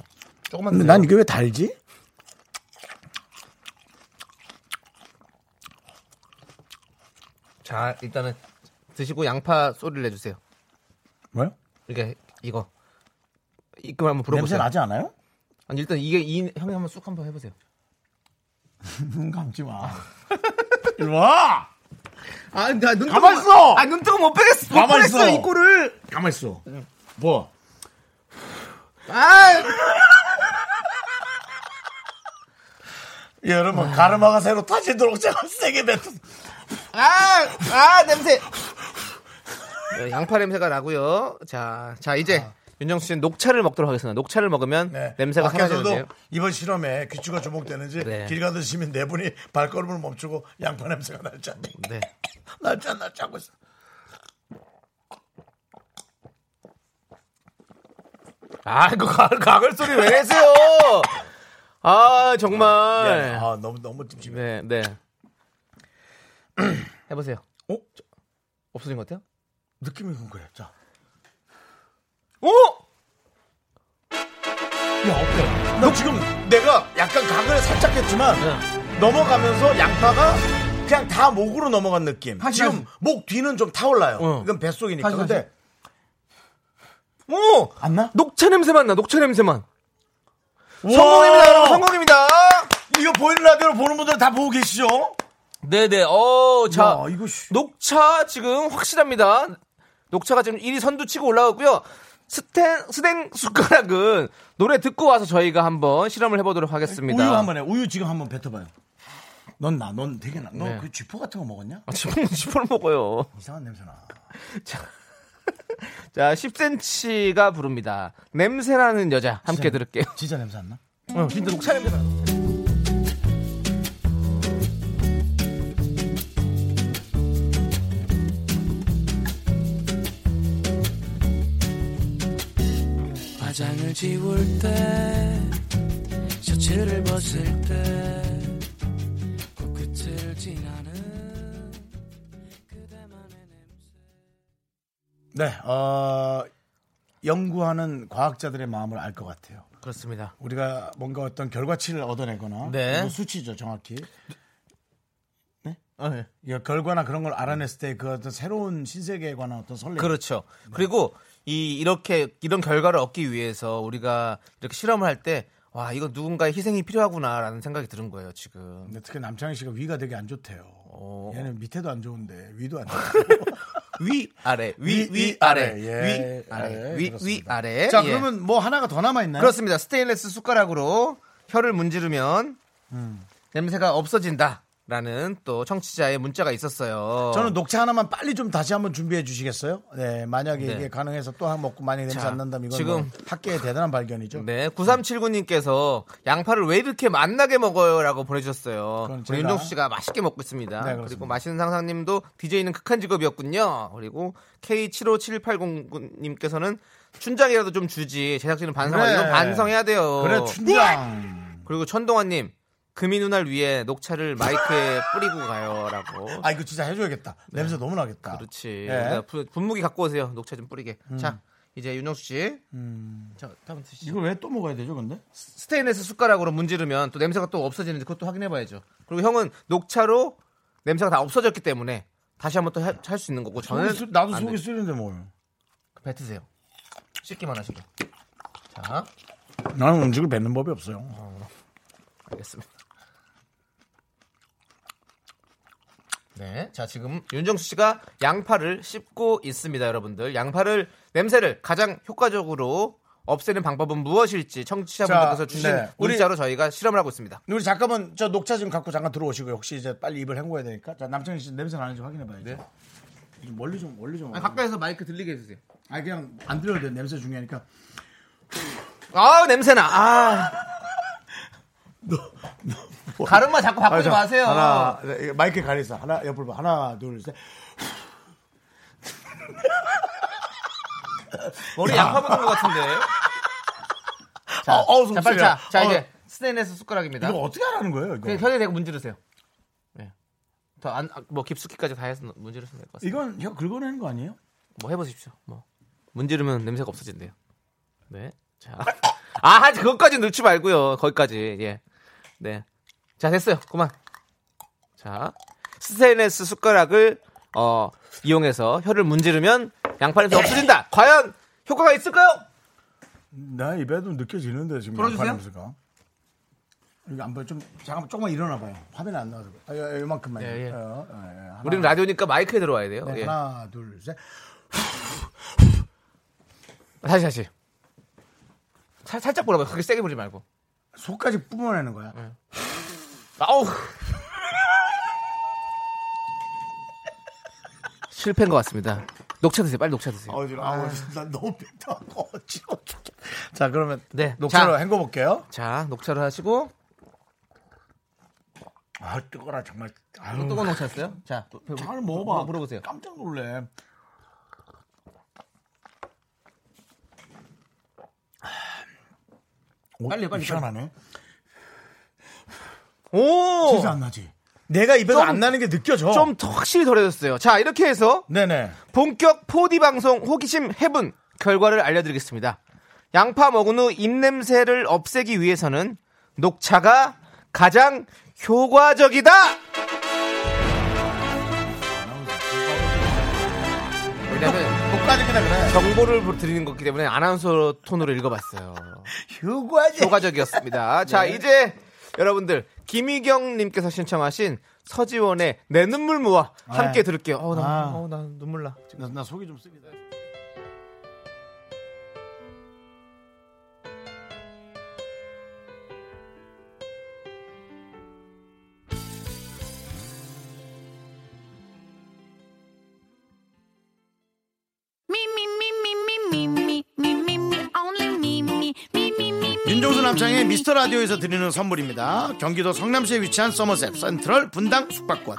조금만. 근데 드세요. 난 이게 왜 달지? 자 일단은 드시고 양파 소리를 내주세요. 왜요? 이게 이거 이거 한번 냄새 불어보세요. 나지 않아요? 아니, 일단 이게 이 형이 한번 쑥 한번 해보세요. 눈 감지 마. 일로 와! 아, 나 눈. 가만 뜨고- 있어! 아, 눈 뜨고 못 빼겠어. 못 가만 빼겠어, 있어! 이 꼴을. 가만 있어. 뭐? 아, 예, 여러분, 가르마가 새로 타지도록 제가 세게 뱉어. 아, 아, 냄새. 네, 양파 냄새가 나고요. 자, 자 이제 아. 윤정수 씨는 녹차를 먹도록 하겠습니다. 녹차를 먹으면 냄새가 사라지는데요. 네. 밖에서도 이번 실험에 귀추가 주목되는지 네. 길 가던 시민 네 분이 발걸음을 멈추고 양파 냄새가 날지 않니? 네. 날지 않 날지 않고 있어. 아, 그 가글, 가글 소리 왜 내세요? 아, 정말. 아, 너무, 너무 찜찜해. 네, 네. 해보세요. 어? 저- 없어진 것 같아요? 느낌이 그래. 자. 오! 야 어때? 나 지금 내가 약간 각을 살짝 했지만 네. 넘어가면서 양파가 그냥 다 목으로 넘어간 느낌. 다시, 지금 다시. 목 뒤는 좀 타올라요. 어. 이건 뱃속이니까. 다시, 근데 오! 안 나? 녹차 냄새만 나, 녹차 냄새만. 우와! 성공입니다, 여러분, 성공입니다. 이거 보이는 라디오로 보는 분들 다 보고 계시죠? 네네, 어, 아. 자. 야, 이거 씨. 녹차 지금 확실합니다. 녹차가 지금 1위 선두 치고 올라갔고요. 스텐, 스탱 숟가락은 노래 듣고 와서 저희가 한번 실험을 해보도록 하겠습니다. 우유 한번 해. 우유 지금 한번 뱉어봐요. 넌 나, 넌 되게 나. 너 네. 그 쥐포 같은 거 먹었냐? 아, 지금 지퍼를 먹어요. 이상한 냄새 나. 자, 10cm가 부릅니다. 냄새나는 여자 함께 진짜- 들을게요. 진짜 냄새 안 나? 네. 어, 진짜 녹차 냄새 나요. 화장을 지울 때 셔츠를 벗을 때그 코끝을 지나는 그대만의 냄새 네, 어, 연구하는 과학자들의 마음을 알 것 같아요. 그렇습니다. 우리가 뭔가 어떤 결과치를 얻어내거나 네. 뭐 수치죠 정확히 어, 예. 이 결과나 그런 걸 알아냈을 때 그 어떤 새로운 신세계에 관한 어떤 설렘 그렇죠. 그리고 이 이렇게 이런 결과를 얻기 위해서 우리가 이렇게 실험을 할 때 와, 이거 누군가의 희생이 필요하구나라는 생각이 드는 거예요, 지금. 근데 특히 남창희 씨가 위가 되게 안 좋대요 어. 얘는 밑에도 안 좋은데 위도 안 좋고 위 아래, 위 위 위, 위, 아래, 아래. 위 예, 아래, 예, 위 위 그렇습니다. 아래. 자 예. 그러면 뭐 하나가 더 남아있나요? 그렇습니다. 스테인레스 숟가락으로 혀를 문지르면 음. 냄새가 없어진다라는 또 청취자의 문자가 있었어요. 저는 녹차 하나만 빨리 좀 다시 한번 준비해 주시겠어요? 네, 만약에 네. 이게 가능해서 또 한 먹고 만약에 냄새 자, 안 난다면 이건 지금- 뭐 학계의 대단한 발견이죠. 네, 9379님께서 양파를 왜 이렇게 맛나게 먹어요라고 보내주셨어요. 그건 우리 제가- 윤종수 씨가 맛있게 먹고 있습니다. 네, 그렇습니다. 그리고 맛있는 상상님도 DJ는 극한 직업이었군요. 그리고 K75780님께서는 춘장이라도 좀 주지 제작진은 반성 그래. 이건 반성해야 돼요. 네. 그래 춘장. 그리고 천동환님 금이 누날 위해 녹차를 마이크에 뿌리고 가요라고. 아 이거 진짜 해줘야겠다. 냄새 너무 나겠다. 네. 그렇지. 예. 우리가 분- 분무기 갖고 오세요. 녹차 좀 뿌리게. 음. 자, 이제 윤정수 씨. 자, 다음 드시죠. 이걸 왜 또 먹어야 되죠, 근데? 스테인레스 숟가락으로 문지르면 또 냄새가 또 없어지는지 그것도 확인해봐야죠. 그리고 형은 녹차로 냄새가 다 없어졌기 때문에 다시 한번 또 할 수 있는 거고 저는 속이 쓰- 나도 안 속이 돼요. 쓰리는데 뭘? 뱉으세요. 씻기만 하시고. 자, 나는 음식을 뱉는 법이 없어요. 알겠습니다. 네, 자 지금 윤정수 씨가 양파를 씹고 있습니다, 여러분들. 양파를 냄새를 가장 효과적으로 없애는 방법은 무엇일지 자, 청취자분들께서 주신 네. 우리- 문자로 저희가 실험을 하고 있습니다. 우리 잠깐만 저 녹차 좀 갖고 잠깐 들어오시고요. 혹시 이제 빨리 입을 헹궈야 되니까. 자, 남창희 씨 냄새 나는지 확인해 봐야죠. 좀 멀리 좀 멀리 좀. 아 네. 가까이서 마이크 들리게 해주세요. 니 그냥 안 들려도 돼. 냄새 중요하니까. 아 냄새나. 아. 가르마 자꾸 바꾸지 뭐. 아, 자, 아, 마세요. 하나 네, 이거 마이크 가리자. 하나 옆을 봐. 하나 둘 셋. 머리 양파 묻은 것 같은데. 자, 어, 어, 자 빨리 자. 자 이제 스테인레스 숟가락입니다. 이거 어떻게 하라는 거예요, 이거? 네, 그냥 혀에 대고 문지르세요. 예. 더안뭐 깊숙이까지 다 해서 문지르시면 될 것 같습니다. 이건 혀 긁어내는 거 아니에요? 뭐 해보십시오. 뭐 문지르면 냄새가 없어진대요. 네. 자. 아 하지 그것까지 넣지 말고요. 거기까지. 예. 네. 자 됐어요. 그만. 자 스테인레스 숟가락을 어, 이용해서 혀를 문지르면 양파 냄새 없어진다. 과연 효과가 있을까요? 나 입에도 느껴지는데 지금 풀어주세요. 양파 냄새가. 이거 안 보여. 좀 잠깐 조금만 일어나 봐요. 화면에 안 나와서. 아, 요- 요만큼만. 예, 예. 어, 어, 예, 하나, 우리는 라디오니까 마이크에 들어와야 돼요. 네, 예. 하나, 둘, 셋. 다시 다시. 살, 살짝 불어봐요. 그렇게 세게 불지 말고. 속까지 뿜어내는 예. 거야. 아우. 실패인 것 같습니다. 녹차 드세요. 빨리 녹차 드세요. 어지러. 아, 나 너무 뱉어갖고 어지러워. 죽겠- 자, 그러면 네, 녹차로 자. 헹궈 볼게요. 자, 녹차를 하시고 아, 뜨거라 정말. 아유, 또 뜨거운 녹차였어요. 자, 음. 잘 먹어봐. 물어보세요. 깜짝 놀래. 빨리, 빨리, 시원하네. 오, 진짜 안 나지. 내가 입에서 어. 좀- 안 나는 게 느껴져. 좀 더 확실히 덜해졌어요. 자, 이렇게 해서 네네. 본격 4D 방송 호기심 해분 결과를 알려드리겠습니다. 양파 먹은 후 입냄새를 없애기 위해서는 녹차가 가장 효과적이다. 왜냐면 효과적이다 그래. 정보를 드리는 거기 때문에 아나운서 톤으로 읽어봤어요. 효과적. 효과적이었습니다. 자 이제 여러분들 김희경님께서 신청하신 서지원의 내 눈물 모아 함께 네. 들을게요. 어우 나, 아. 어우, 나 눈물 나. 나, 나 속이 좀 쓰리다. 남창의 미스터 라디오에서 드리는 선물입니다. 경기도 성남시에 위치한 서머셋 센트럴 분당 숙박권,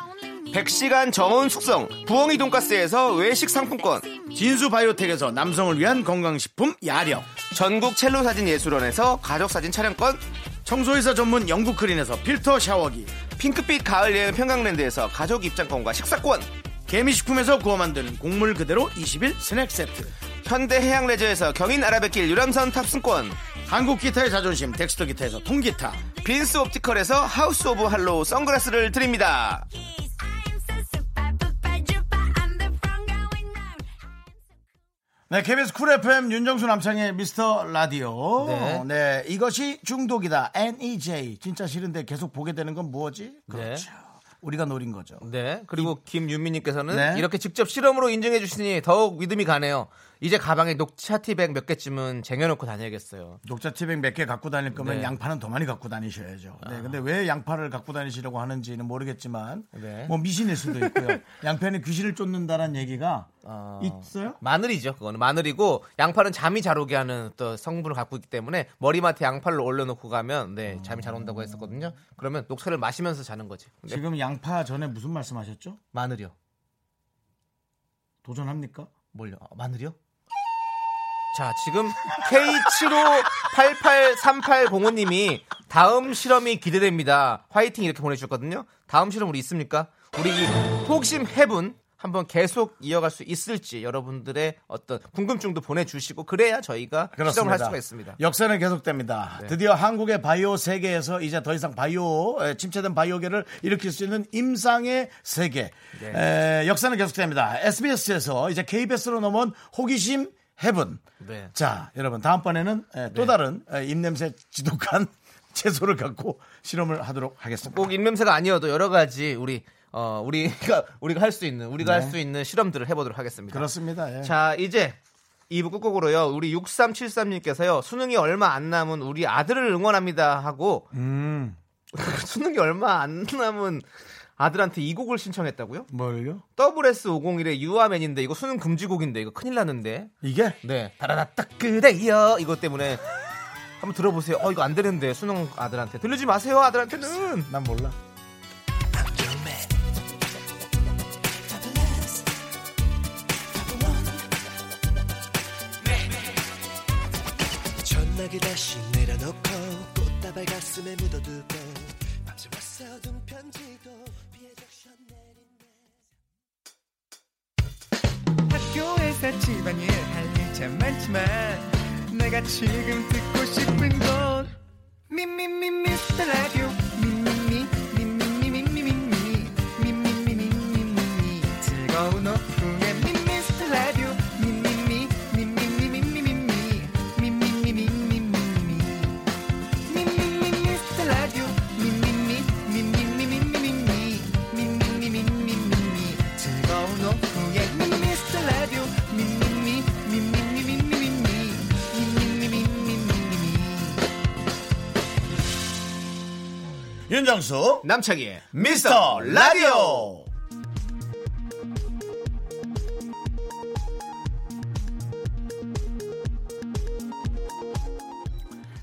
100시간 저온 숙성 부엉이 돈가스에서 외식 상품권 진수 바이오텍에서 남성을 위한 건강식품 야력, 전국 첼로 사진 예술원에서 가족 사진 촬영권 청소회사 전문 영국 크린에서 필터 샤워기, 핑크빛 가을 여행 평강랜드에서 가족 입장권과 식사권 개미식품에서 구워 만드는 곡물 그대로 20일 스낵 세트, 현대 해양 레저에서 경인 아라뱃길 유람선 탑승권 한국 기타의 자존심 덱스터 기타에서 통기타, 빈스 옵티컬에서 하우스 오브 할로우 선글라스를 드립니다 네, KBS 쿨 FM 윤정수 남창의 미스터 라디오. 네. 네. 이것이 중독이다. NEJ. 진짜 싫은데 계속 보게 되는 건 뭐지? 그렇죠. 우리가 노린 거죠. 네. 그리고 김윤미님께서는 네. 이렇게 직접 실험으로 인증해 주시니 더욱 믿음이 가네요. 이제 가방에 녹차 티백 몇 개쯤은 쟁여놓고 다녀야겠어요. 녹차 티백 몇 개 갖고 다닐 거면 네. 양파는 더 많이 갖고 다니셔야죠. 네, 근데 왜 양파를 갖고 다니시려고 하는지는 모르겠지만, 네. 뭐 미신일 수도 있고요. 양파는 귀신을 쫓는다라는 얘기가 있어요? 마늘이죠. 그거는 마늘이고 양파는 잠이 잘 오게 하는 또 성분을 갖고 있기 때문에 머리맡에 양파를 올려놓고 가면 네 잠이 잘 온다고 했었거든요. 그러면 녹차를 마시면서 자는 거지. 네. 지금 양파 전에 무슨 말씀하셨죠? 마늘이요. 도전합니까? 뭘요? 아, 마늘이요? 자, 지금 K75883805님이 다음 실험이 기대됩니다. 화이팅 이렇게 보내주셨거든요. 다음 실험 우리 있습니까? 우리 이 호기심 해분 한번 계속 이어갈 수 있을지 여러분들의 어떤 궁금증도 보내주시고 그래야 저희가 실험을 할 수가 있습니다. 네. 역사는 계속됩니다. 드디어 한국의 바이오 세계에서 이제 더 이상 바이오 에, 침체된 바이오계를 일으킬 수 있는 임상의 세계. 네. 에, 역사는 계속됩니다. SBS에서 이제 KBS로 넘어온 호기심 해븐. 네. 자, 여러분 다음번에는 에, 또 다른 에, 입냄새 지독한 채소를 갖고 실험을 하도록 하겠습니다. 꼭 입냄새가 아니어도 여러 가지 우리 어 우리가 우리가 할 수 있는 우리가 할 수 있는 실험들을 해보도록 하겠습니다. 그렇습니다. 예. 자, 이제 2부 끝곡으로요. 우리 6373님께서요. 수능이 얼마 안 남은 우리 아들을 응원합니다 하고 수능이 얼마 안 남은 아들한테 이 곡을 신청했다고요? 뭘요? WS501의 유아맨인데 이거 수능 금지곡인데 이거 큰일 났는데. 이게 네. 다라닥딱 그래요. 이거 때문에 한번 들어보세요. 어 이거 안 되는데 수능 아들한테 들리지 마세요. 아들한테는. 난 몰라. 전화기 다시 내려놓고 꽃다발 가슴에 묻어두고 밤새 왔어 둔 편지도 비에 적셔 내린다 학교에서 집안일 할 일 참 많지만 내가 지금 듣고 싶은 건 미미미 미스터 라디오 미미미 미미미 미미미 미미미 미미미 미미미 즐거운 오후에 미스터 라디오 미미미 미미미 미미미 미미미 미미미 미미미 윤정수 남창희의 미스터 라디오.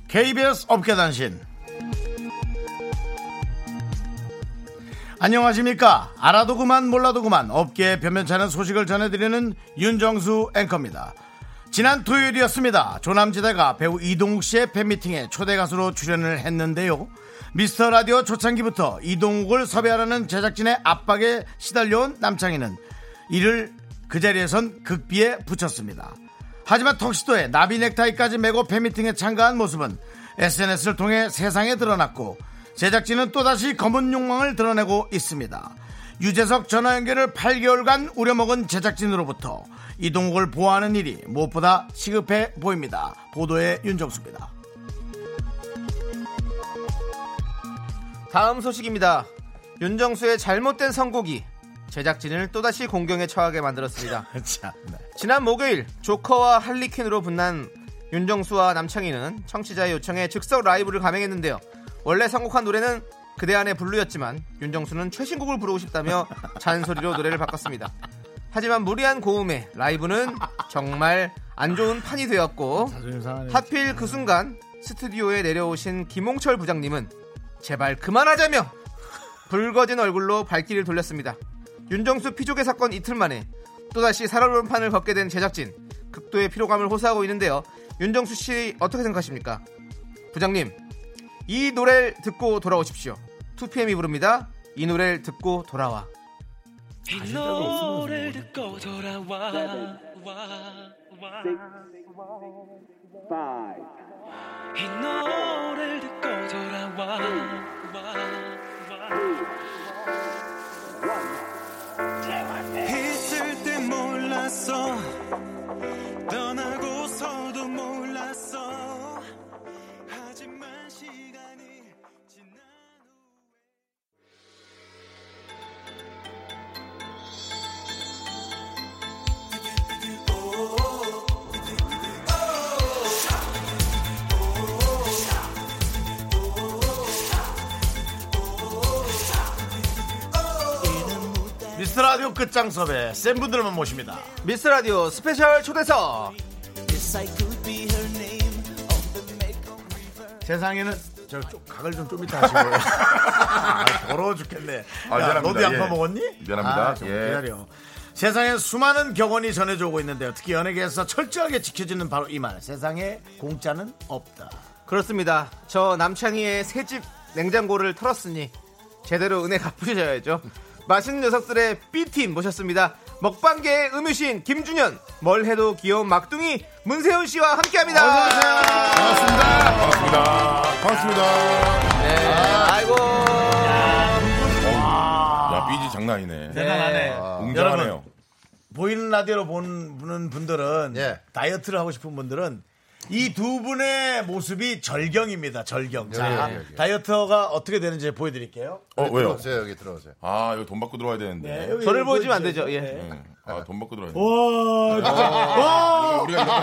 KBS 업계단신 안녕하십니까 알아도 그만 몰라도 그만 업계에 변변찮은 소식을 전해드리는 윤정수 앵커입니다 지난 토요일이었습니다 조남지대가 배우 이동욱 씨의 팬미팅에 초대 가수로 출연을 했는데요 미스터 라디오 초창기부터 이동욱을 섭외하라는 제작진의 압박에 시달려온 남창희는 이를 그 자리에선 극비에 붙였습니다 하지만 턱시도에 나비 넥타이까지 메고 팬미팅에 참가한 모습은 SNS를 통해 세상에 드러났고 제작진은 또다시 검은 욕망을 드러내고 있습니다. 유재석 전화 연결을 8개월간 우려먹은 제작진으로부터 이동욱을 보호하는 일이 무엇보다 시급해 보입니다. 보도에 윤정수입니다. 다음 소식입니다. 윤정수의 잘못된 선곡이 제작진을 또다시 공경에 처하게 만들었습니다. 자, 네. 지난 목요일 조커와 할리퀸으로 분난 윤정수와 남창희는 청취자의 요청에 즉석 라이브를 감행했는데요. 원래 선곡한 노래는 그대 안의 블루였지만 윤정수는 최신곡을 부르고 싶다며 잔소리로 노래를 바꿨습니다. 하지만 무리한 고음에 라이브는 정말 안 좋은 판이 되었고 하필 그 순간 스튜디오에 내려오신 김홍철 부장님은 제발 그만하자며 붉어진 얼굴로 발길을 돌렸습니다. 윤정수 피조개 사건 이틀 만에 또다시 살얼음 판을 걷게 된 제작진 극도의 피로감을 호소하고 있는데요. 윤정수 씨 어떻게 생각하십니까? 부장님 이 노래를 듣고 돌아오십시오. 2PM이 부릅니다. 이 노래를 듣고 돌아와. 이 노래를 듣고 돌아와 와, 와. 이 노래를 듣고 돌아와 와, 와. 있을 때 몰랐어 떠나고서도 몰랐어 하지만 시간이 지난 미스터 라디오 끝장 섭외 센 분들만 모십니다. 미스 라디오 스페셜 초대석 세상에는 저 좀, 각을 좀 좀 이따 하시고요. 아, 더러워 죽겠네. 아, 야, 미안합니다. 너도 양파 예. 먹었니? 미안합니다. 아, 좀 예. 기다려. 세상에 수많은 격언이 전해져 오고 있는데요. 특히 연예계에서 철저하게 지켜지는 바로 이 말. 세상에 공짜는 없다. 그렇습니다. 저 남창희의 새집 냉장고를 털었으니 제대로 은혜 갚으셔야죠. 맛있는 녀석들의 B팀 모셨습니다. 먹방계의 음유신 김준현, 뭘 해도 귀여운 막둥이 문세훈 씨와 함께합니다. 반갑습니다. 반갑습니다. 반갑습니다. 네. 아이고. 야, 삐지 장난 아니네. 대단하네. 웅장하네요. 보이는 라디오로 본- 보는 분들은 예. 다이어트를 하고 싶은 분들은 이 두 분의 모습이 절경입니다. 절경. 자, 여기, 여기. 다이어트가 어떻게 되는지 보여드릴게요. 어, 왜요? 네, 들어오세요 여기 들어오세요. 아, 이거 돈 받고 들어와야 되는데. 네, 여기 저를 보여주면 안 보여주세요. 되죠. 예. 네. 아, 예. 아, 돈 받고 들어와야 되는데. 와, 진짜. 우리가 이런 걸-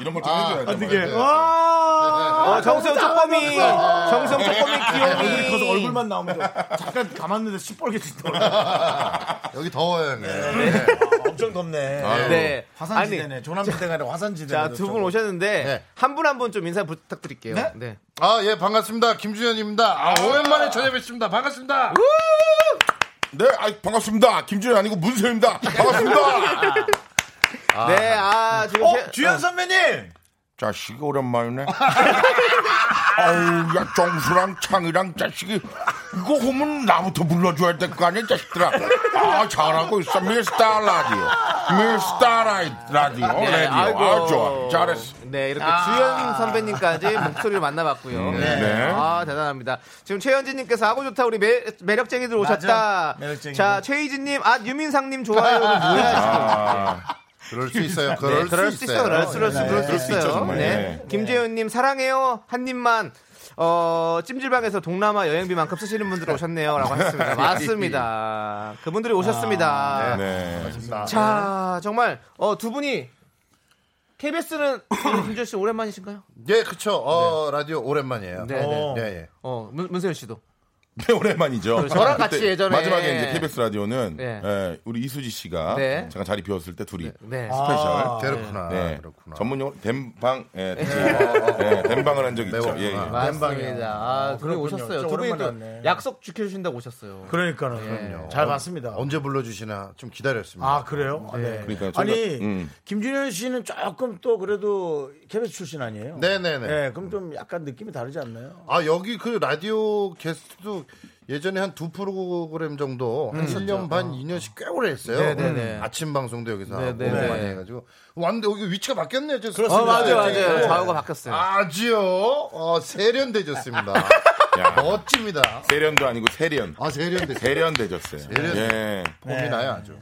이런 걸 좀 아, 해줘야 돼. 네. 어떻게? 말이야. 와. 어, 정성 쪼꼬미, 정성 쪼꼬미 여기 커서 귀요미. 아, 얼굴만 나오면 잠깐 감았는데 시뻘게 진짜. 여기 더워요 형님. 네. 엄청 덥네. 아유. 네. 화산지대네. 조남지대가 아니라 화산지대. 자, 두 분 오셨는데 네. 한 분 한 분 좀 인사 부탁드릴게요. 네? 네. 아 예 반갑습니다 김준현입니다. 아 오랜만에 찾아뵙습니다. 반갑습니다. 네, 아이, 반갑습니다. 김준현 아니고 문세입니다. 반갑습니다. 네, 아, 지금 어, 제- 주현 선배님. 자식이 오랜만이네. 아우, 야, 정수랑 창이랑 자식이. 이거 보면 나부터 불러줘야 될 거 아니야, 자식들아. 아, 잘하고 있어. 미스터 라디오. 미스터 라이- 라디오. 라디오. 네, 아이고. 아, 좋아. 잘했어. 네, 이렇게 주현 선배님까지 목소리를 만나봤고요. 네. 네. 아, 대단합니다. 지금 최현진님께서 하고 좋다, 우리 매, 매력쟁이들 오셨다. 맞아, 매력쟁이들. 자, 최희진님, 아, 유민상님 좋아요는 뭐야? 아, 그럴 수 있어요. 네, 그럴, 그럴 수 있어요. 그럴 수, 그럴 수, 그럴 수 그럴 수 있죠, 있어요. 정말. 네. 네. 김재현님, 사랑해요. 한 입만. 어, 찜질방에서 동남아 여행비만큼 쓰시는 분들 오셨네요. 라고 하셨습니다. 맞습니다. 그분들이 오셨습니다. 네. 자, 정말, 어, 두 분이 KBS는 김재현 씨 오랜만이신가요? 예 그쵸. 어 라디오 오랜만이에요. 네, 네. 예 예. 어, 문, 문세윤 씨도. 네, 오랜만이죠. 저랑 같이 그때 예전에- 마지막에 이제 KBS 라디오는 네. 예, 우리 이수지 씨가 네. 잠깐 자리 비웠을 때 둘이 아, 네. 스페셜 그렇구나. 네. 그렇구나. 네. 아, 전문용어 댐방 예, 대신. 예, 댐방을 한 적 있죠. 매웠구나. 예, 예. 맞습니다. 아, 그분 그렇군요. 오셨어요. 저 두 분이 오랜만에 또 왔네. 약속 지켜주신다고 오셨어요. 그러니까는 그럼요. 네. 잘 봤습니다. 언제 불러주시나 좀 기다렸습니다. 아 그래요? 아, 네. 그러니까 저희가- 아니 음. 김준현 씨는 조금 또 그래도 KBS 출신 아니에요? 네네네. 네, 그럼 좀 약간 느낌이 다르지 않나요? 아 여기 그 라디오 게스트도 예전에 한 두 프로그램 정도 음, 한 1년 어. 반, 2년씩 꽤 오래 했어요. 네네네. 음. 아침 방송도 여기서 하고 네네네. 많이 해가지고 왔는데 여기 위치가 바뀌었네요. 저 어, 맞아요, 스튜디오 맞아요. 자리가. 좌우가 바뀌었어요. 아주요 어, 세련되졌습니다. 야. 멋집니다. 세련도 아니고 세련. 아 세련되죠. 세련되졌어요. 세련. 예. 봄이 나요 아주.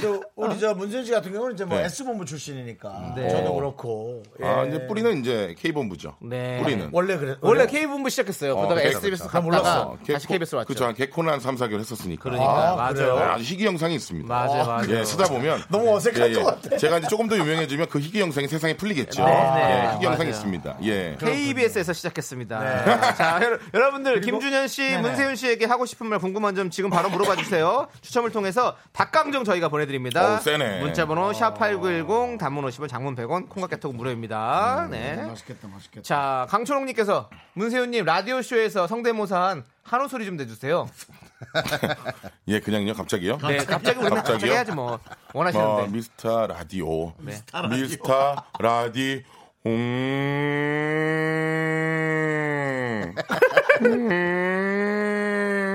또 우리 어, 저 문세윤 씨 같은 경우는 이제 뭐 네. 음. S본부 출신이니까 네. 저도 그렇고 예. 아, 네. 이제 뿌리는 이제 K본부죠. 네. 뿌리는. 원래 그래 원래 K본부 시작했어요. 어, 그러다가 그래요, SBS 그래요. 갔다가 몰랐어. 다시 KBS 왔죠. 그쵸. 한 개콘 한 3, 4개월 했었으니까. 그러니까 아, 맞아요. 그래요? 네, 아주 희귀 영상이 있습니다. 맞아요, 맞아요. 예, 쓰다 보면 너무 어색할 예, 것 예. 같아. 제가 이제 조금 더 유명해지면 그 희귀 영상이 세상에 풀리겠죠. 네, 네. 예, 희귀 맞아요. 영상이 있습니다. 예. KBS에서 시작했습니다. 자, 여러- 여러분들 김준현 씨, 네. 네네. 문세윤 씨에게 하고 싶은 말 궁금한 점 지금 바로 물어봐 주세요. 추첨을 통해서 닭강정 저희가 보내드립니다. 어우, 세네. 문자번호 #8910 단문 50원, 장문 100원, 콩깍개톡 무료입니다. 네. 음, 맛있겠다, 맛있겠다. 자, 강초롱님께서 문세윤님 라디오 쇼에서 성대모사한 한우 소리 좀 내주세요. 예, 그냥요. 갑자기요. 네, 갑자기 우리는 갑자기 해야지 뭐 뭐, 원하시는데. 미스터 라디오. 미스터 라디오. 미스터 라디. 음.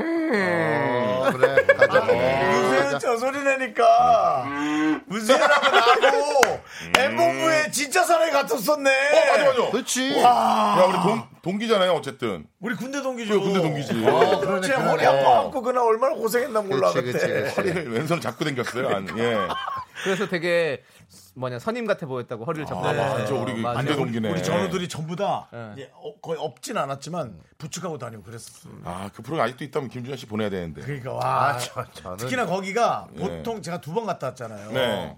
어, 그래. 아, 가자. 네. 문세윤 아, 저 소리 내니까 음. 문세윤하고 나하고 엠본부의 진짜 사나이 같았었네. 어, 맞아, 맞아. 그렇지. 야, 우리 동, 동기잖아요, 어쨌든. 우리 군대 동기죠. 어, 우리 군대 동기지. 아, 그러네, 제 그러네. 허리 아파갖고 그날 얼마나 고생했나 몰라 그때. 그치, 그치, 그치. 허리를 왼손 잡고 당겼어요. 안, 예. 그래서 되게 뭐냐 선임 같아 보였다고 허리를 잡고. 아, 맞아. 우리 그 군대 동기네. 우리 전우들이 전부 다 예, 어, 거의 없진 않았지만 부축하고 다니고 그랬었어. 요 아, 그 프로가 아직도 있다면 김준현 씨 보내야 되는데. 그러니까 와 아, 저는 특히나 거기가 보통 제가 두 번 갔다 왔잖아요. 예. 네.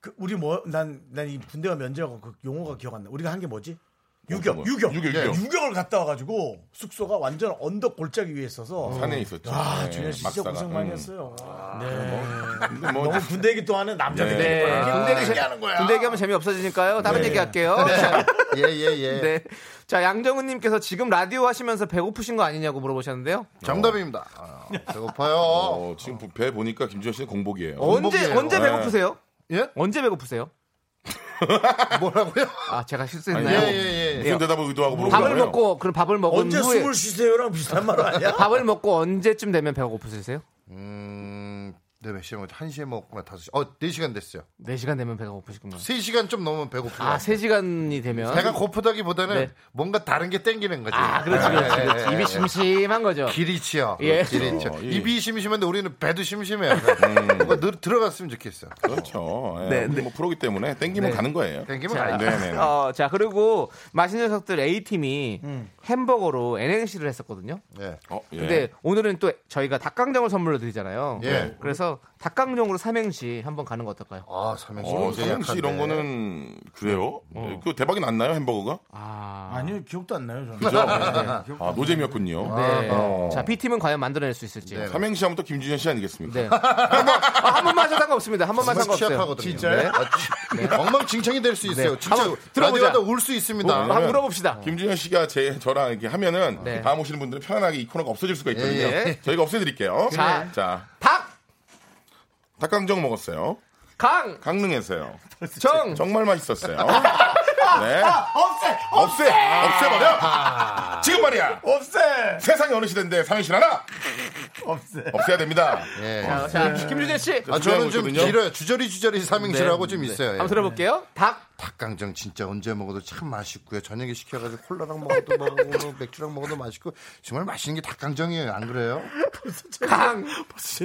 그 우리 뭐 난 난 이 군대가 면제하고 그 용어가 기억 안 나. 우리가 한 게 뭐지? 유격, 네. 뭐야? 유격, 유격, 유격. 을 갔다 와가지고 숙소가 완전 언덕 골짜기 위에 있어서 산에 있었죠. 아, 네, 준현 씨 진짜 막사가. 고생 많이 음. 했어요. 아, 근데 뭐, 너무 군대 얘기 또 하는 남자들 네. 얘기 또 하는 군대 군대 얘기하는 거야. 군대 얘기하면 재미 없어지니까요. 다른 네. 얘기할게요. 자, 예, 예, 예. 네. 자, 양정은님께서 지금 라디오 하시면서 배고프신 거 아니냐고 물어보셨는데요. 정답입니다. 아, 배고파요. 어, 지금 배 보니까 김준현 씨는 공복이에요. 언제 공복이에요. 언제 네. 배고프세요? 예? 언제 배고프세요? 뭐라고요? 아, 제가 예, 실수했나요? 예, 예. 네. 무슨 대답을 의도하고 물어보는 밥을 거예요? 먹고 그럼 밥을 먹은 언제 후에 숨을 쉬세요랑 비슷한 말 아니야? 밥을 먹고 언제쯤 되면 배가 고프세요? 음, 네, 몇 시에 먹었지? 1시에 먹었구나, 5시. 어, 4시간 됐어요. 4시간 되면 배가 고프시구나. 3시간 좀 넘으면 배고프죠. 아, 3시간이 되면 배가 고프다기보다는 네. 뭔가 다른 게 땡기는 거지. 아, 그렇지 그렇지. 예, 그렇지. 예, 입이 예. 심심한 거죠. 길이 치여. 어, 예. 길이 치여. 그렇죠. 예. 네. 입이 심심한데 우리는 배도 심심해요. 뭔가 늘 들어갔으면 좋겠어. 그렇죠. 예, 우리 뭐 프로기 때문에 땡기면 네. 가는 거예요. 땡기면 아. 자, 가야죠. 아, 네네. 어, 자, 그리고 맛있는 녀석들 A팀이 햄버거로 NNC를 했었거든요. 예. 어, 예. 근데 오늘은 또 저희가 닭강정을 선물로 드리잖아요. 예. 그래서 닭강정으로 삼행시 한번 가는 거 어떨까요? 아, 삼행시. 어, 이제 서영 씨 약한데. 이런 거는 그래요? 어. 그 대박이 났나요 햄버거가? 아. 아니요, 기억도 안 나요, 저는. 그죠? 네, 아 노잼이었군요. 아, 네. 어. 자, B팀은 과연 만들어낼 수 있을지. 네. 네. 삼행시 하면 또 김준현 씨 아니겠습니까? 아, 한 번만 하셔도 상관없습니다. 한 번만 정말 상관없어요. 네. 취약하거든요. 네. 아, 취- 엉망진창이 될 수 있어요. 네. 진짜 한번 들어보자. 라디오하다 울 수 있습니다. 어, 한번 물어봅시다. 김준현 씨가 제 저랑 이렇게 하면은 네. 다음 오시는 분들은 편안하게 이 코너가 없어질 수가 있거든요. 예, 예. 저희가 없애드릴게요. 자. 자, 닭! 닭강정 먹었어요. 강! 강릉에서요. 정! 정말 맛있었어요. 네. 없애! 없애! 없애버려! 아. 지금 말이야! 없애! 세상이 어느 시대인데 삼행시 하나! 없애! 없애야 됩니다. 어. 네. 예. 자, 자, 김준현 씨. 아, 저는 좀 준비하고 있거든요. 길어요. 주저리 주저리 삼행시라고 네. 좀 있어요. 예. 한번 들어볼게요. 닭, 닭강정 진짜 언제 먹어도 참 맛있고요. 저녁에 시켜가지고 콜라랑 먹어도 먹고 뭐 맥주랑 먹어도 맛있고 정말 맛있는 게 닭강정이에요. 안 그래요? 강!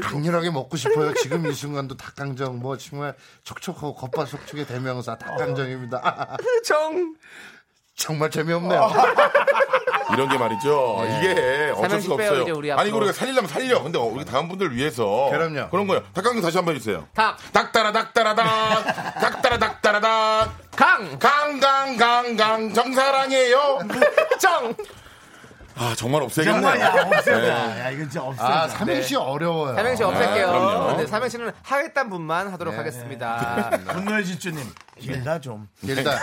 강렬하게 먹고 싶어요. 지금 이 순간도 닭강정 뭐 정말 촉촉하고 겉바속촉의 대명사 닭강정입니다. 정! 어. 정말 재미없네요. 네. 이런 게 말이죠. 이게 어쩔 삼행시 수가 빼요, 없어요. 이제 우리 아니, 앞으로. 우리가 살리려면 살려. 근데 우리 다음 분들 위해서. 그럼요. 런 거예요. 닭강정 다시 한번 해주세요. 닭, 닭따라 닭따라닭 닭따라 닭따라닭 강! 강강강강 정사랑해요 정! 아 정말 없애겠네 정말이야, 없애자. 야, 이거 진짜 없애자. 아 삼행시 어려워요. 삼행시 네, 없앨게요. 그럼요. 네, 삼행시는 하겠다는 분만 하도록 하겠습니다. 분노의 질주님. 길다, 좀. 예, 일단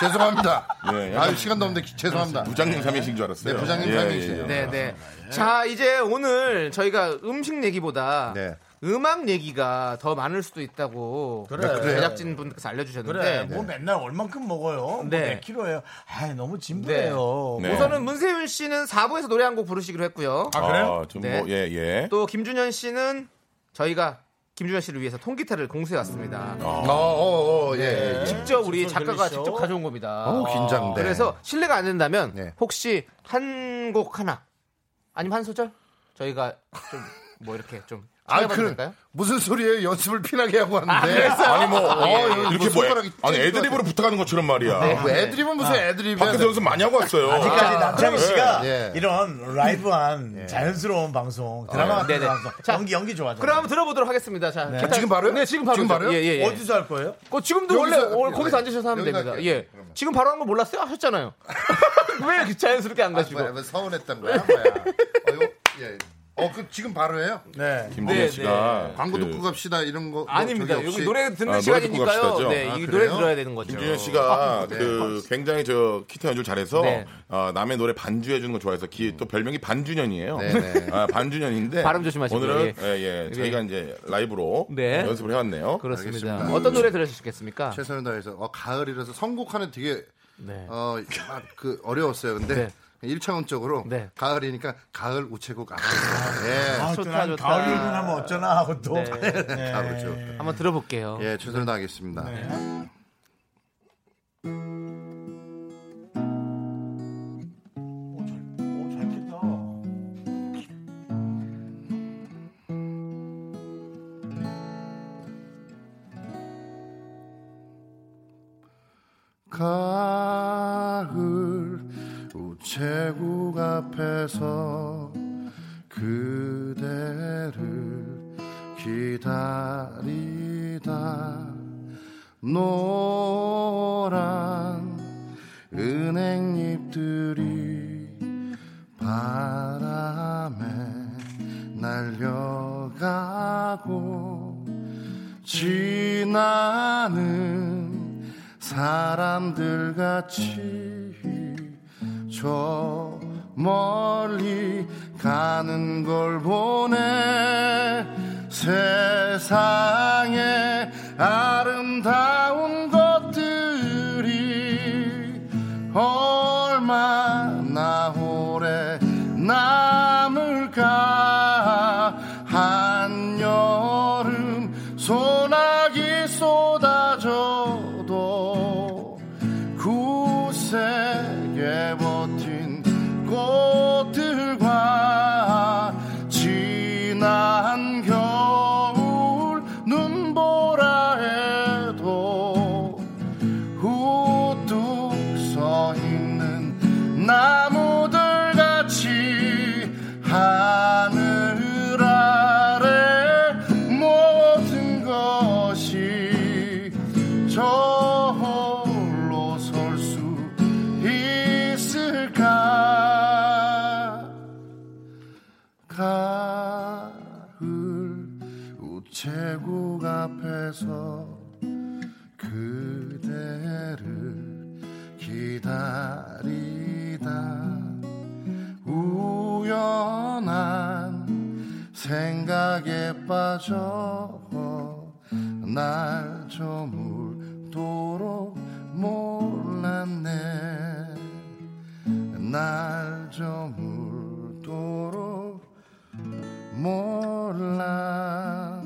죄송합니다. 예, 아유 시간 너무 늦게 죄송합니다. 부장님 삼행시인 줄 알았어요 네, 부장님 삼행시예요. 네, 네. 자, 이제 오늘 저희가 음식 얘기보다 네. 음악 얘기가 더 많을 수도 있다고 그래. 제작진 분께서 그래, 네. 알려주셨는데 뭐 맨날 얼만큼 먹어요? 네. 뭐 몇 킬로예요? 아이, 너무 진부해요. 네. 우선은 문세윤 씨는 4부에서 노래 한 곡 부르시기로 했고요. 아 그래요? 좀 네. 뭐, 예, 예. 또 김준현 씨는 저희가 김준현 씨를 위해서 통기타를 공수해 음. 왔습니다. 아. 어어어 예. 예. 직접 우리 작가가 네. 들리시죠? 직접 가져온 겁니다. 어우, 긴장돼. 그래서 실례가 안 된다면 네. 혹시 한 곡 하나 아니면 한 소절 저희가 좀 뭐 이렇게 좀 아, 찾아봐도 그, 될까요? 무슨 소리예요? 연습을 피나게 하고 왔는데. 아니 뭐 어, 여기 이렇게 뭐 뭐 손가락이 애- 아니 찢어질 애드립으로 부탁하는 것처럼 말이야 뭐 애드립은 무슨 애드립이야. 밖에서 연습 많이 하고 왔어요 아직까지 남창희 씨가 네. 예. 이런 라이브한 자연스러운 방송, 드라마 같은 어, 네네. 방송, 자, 연기, 연기 좋아하잖아요. 그럼 한번 들어보도록 하겠습니다. 자, 아, 지금 바로요? 네, 지금 바로. 지금 바로요? 예, 예, 예. 어디서 할 거예요? 어, 지금도 여기서 원래 할게요. 어, 거기서 앉으셔서 하면 여기서 됩니다. 할게요. 예. 지금 바로 한 거 몰랐어요? 하셨잖아요. 왜 이렇게 자연스럽게 안 가시고? 서운했던 거야, 뭐야? 어, 이거, 예. 어, 그 지금 바로 해요? 네. 김동현 씨가 광고 그- 듣고 갑시다 이런 거. 아닙니다. 저기 여기 없이- 노래 듣는 아, 노래 듣고 시간이니까요. 갑시다죠. 네, 아, 이 그래요? 노래 들어야 되는 거죠. 김준현 씨가 아, 네. 그 굉장히 저 기타 연주를 잘해서 네. 어, 남의 노래 반주해 주는 걸 좋아해서 기, 또 별명이 반준현이에요. 네네. 아, 반준현인데 발음 조심하시고요. 오늘은 예. 예, 예, 저희가 이제 라이브로 네. 연습을 해왔네요. 그렇습니다. 알겠습니다. 어떤 노래 들으셨겠습니까? 최선을 다해서 어, 가을이라서 선곡하는 되게 네. 어, 막 그 어려웠어요. 근데 네. 일차원적으로 네. 가을이니까 가을 우체국 아, 아, 예. 또 좋다, 난 좋다. 가을 일은 하면 어쩌나 하고 또. 네. 네. 가을죠. 한번 들어볼게요. 아, 그렇죠. 예, 최선을 다하겠습니다. 가을 우체국 앞에서 그대를 기다리다 노란 은행잎들이 바람에 날려가고 지나는 사람들 같이 저 멀리 가는 걸 보네 세상에 아름다운 것들이 얼마나 오래 남을까 한여름 소나기 쏟아져도 굳세게 버틴 꽃들과 지난 겨울 눈보라 해도 우뚝 서 있는 나무들 같이 하늘 아래 모든 것이 저 홀로 설 수 있을까 가을 우체국 앞에서 그대를 기다리다 우연한 생각에 빠져 날 저물도록 몰랐네 날 저물도록 몰랐네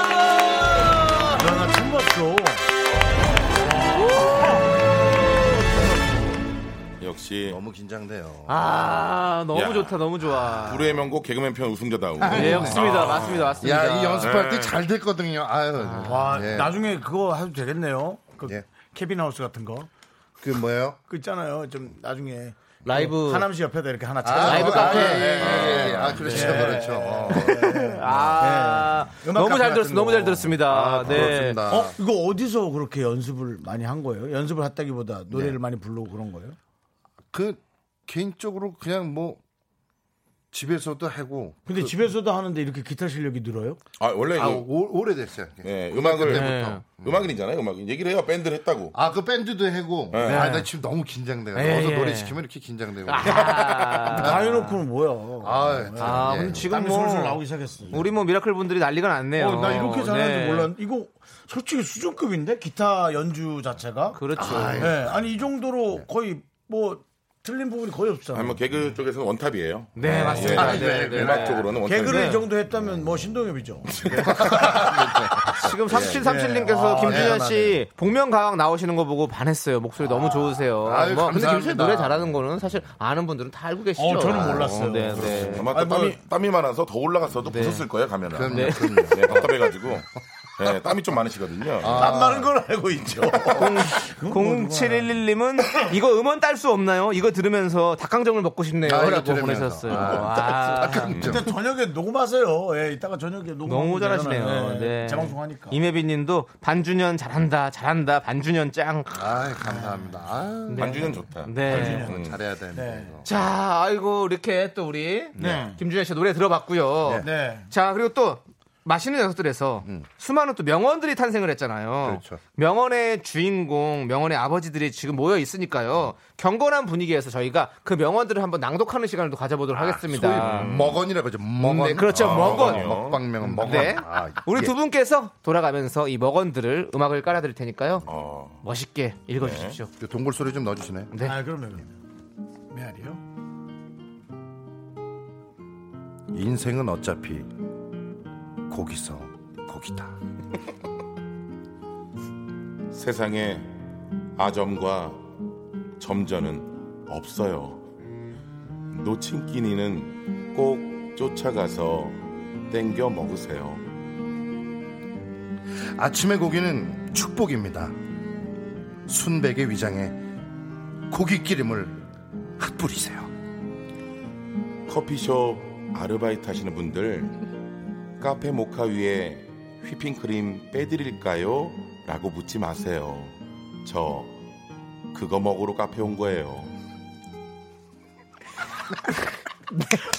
야! 나 춤 봤어. 역시 너무 긴장돼요. 아, 너무 야. 좋다. 너무 좋아. 불후의 명곡 개그맨 편 우승자다운. 예, 맞습니다. 맞습니다. 맞습니다. 야, 이 연습할 때 아, 잘 됐거든요. 아유. 와, 네. 예. 나중에 그거 해도 되겠네요. 그 예. 캐빈 하우스 같은 거. 그 뭐예요? 그 있잖아요. 좀 나중에 그 라이브 하남시 옆에다 이렇게 하나 아, 찾아. 라이브 아, 카페. 예, 예, 예, 예. 아, 그렇죠. 그렇죠. 어. 아, 네. 음악 너무 카페 잘 같은 들었어. 너무 거. 잘 들었습니다. 네. 그렇습니다. 어, 이거 어디서 그렇게 연습을 많이 한 거예요? 연습을 했다기보다 노래를 많이 부르고 그런 거예요? 그 개인적으로 그냥 뭐 집에서도 하고 근데 집에서도 하는데 이렇게 기타 실력이 늘어요? 아 원래 아, 이거 오, 오래됐어요. 예, 음악을 그때부터. 음악인이잖아요. 음악인 얘기를 해요. 밴드를 했다고. 예. 아, 그 밴드도 하고. 아, 나 지금 너무 긴장돼요. 예, 어서 예. 노래 시키면 이렇게 긴장되고. 아, 다 해놓고는 뭐야? 아, 참, 아, 예. 근데 지금 예. 땀이 뭐 솔솔 나오기 시작했어. 우리 뭐 미라클 분들이 난리가 났네요. 어, 나 이렇게 잘하는 네. 줄 몰랐는데 이거 솔직히 수준급인데 기타 연주 자체가 그렇죠. 예. 아니 이 정도로 거의 뭐 틀린 부분이 거의 네. 예. 없잖아요. 아니 뭐 개그 쪽에서는 원탑이에요. 네, 맞습니다. 아, 예, 네, 네, 음악 네. 쪽으로는 원탑. 개그를 이 정도 했다면 뭐 신동엽이죠. 지금 3737님께서 예. 김준현 아, 씨 복면가왕 나오시는 거 보고 반했어요. 목소리 너무 좋으세요. 아유, 뭐, 근데 감사합니다. 김준현 씨 노래 잘하는 거는 사실 아는 분들은 다 알고 계시죠. 어, 저는 몰랐어요. 어, 네, 네. 아마 또 땀이 땀이 많아서 더 올라갔어도 네. 부었을 거예요 가면은. 그럼요. 네. 그럼요. 답답해가지고 네, 땀이 좀 많으시거든요. 땀 많은 걸 알고 있죠. 네. 뭐 0711님은 이거 음원 딸 수 없나요? 이거 들으면서 닭강정을 먹고 싶네요. 아, 이거 라고 들으면서. 보내셨어요. 아, 근데 저녁에 녹음하세요. 예, 이따가 저녁에 녹음. 너무 잘하시네요. 네. 재방송하니까. 이매빈 님도 반주년 잘한다, 잘한다, 반주년 짱. 아 감사합니다. 반주년 좋다. 네. 반주년 음. 잘해야 되는데. 네. 자, 아이고, 이렇게 또 우리 네. 김준현 씨 노래 들어봤고요. 네. 네. 자, 그리고 또 맛있는 녀석들에서 수많은 또 명언들이 탄생을 했잖아요. 음. 그렇죠. 명언의 주인공, 명언의 아버지들이 지금 모여 있으니까요. 경건한 분위기에서 저희가 그 명언들을 한번 낭독하는 시간을 또 가져보도록 하겠습니다. 아, 소위 먹언이라고 그러죠. 먹언. 네, 그렇죠. 아, 먹언. 먹방명은 먹언. 네. 아, 우리 예. 두 분께서 돌아가면서 이 먹언들을 음악을 깔아드릴 테니까요. 어. 어. 멋있게 읽어주십시오. 그 저 동굴 소리 좀 넣어주시네. 네. 아, 그러면. 메아리요? 인생은 어차피 거기서 거기다. 세상에 아점과 점전은 없어요. 놓친 끼니는 꼭 쫓아가서 땡겨 먹으세요. 아침의 고기는 축복입니다. 순백의 위장에 고기 기름을 핫뿌리세요. 커피숍 아르바이트 하시는 분들 카페 모카 위에 휘핑크림 빼드릴까요? 라고 묻지 마세요. 저 그거 먹으러 카페 온 거예요.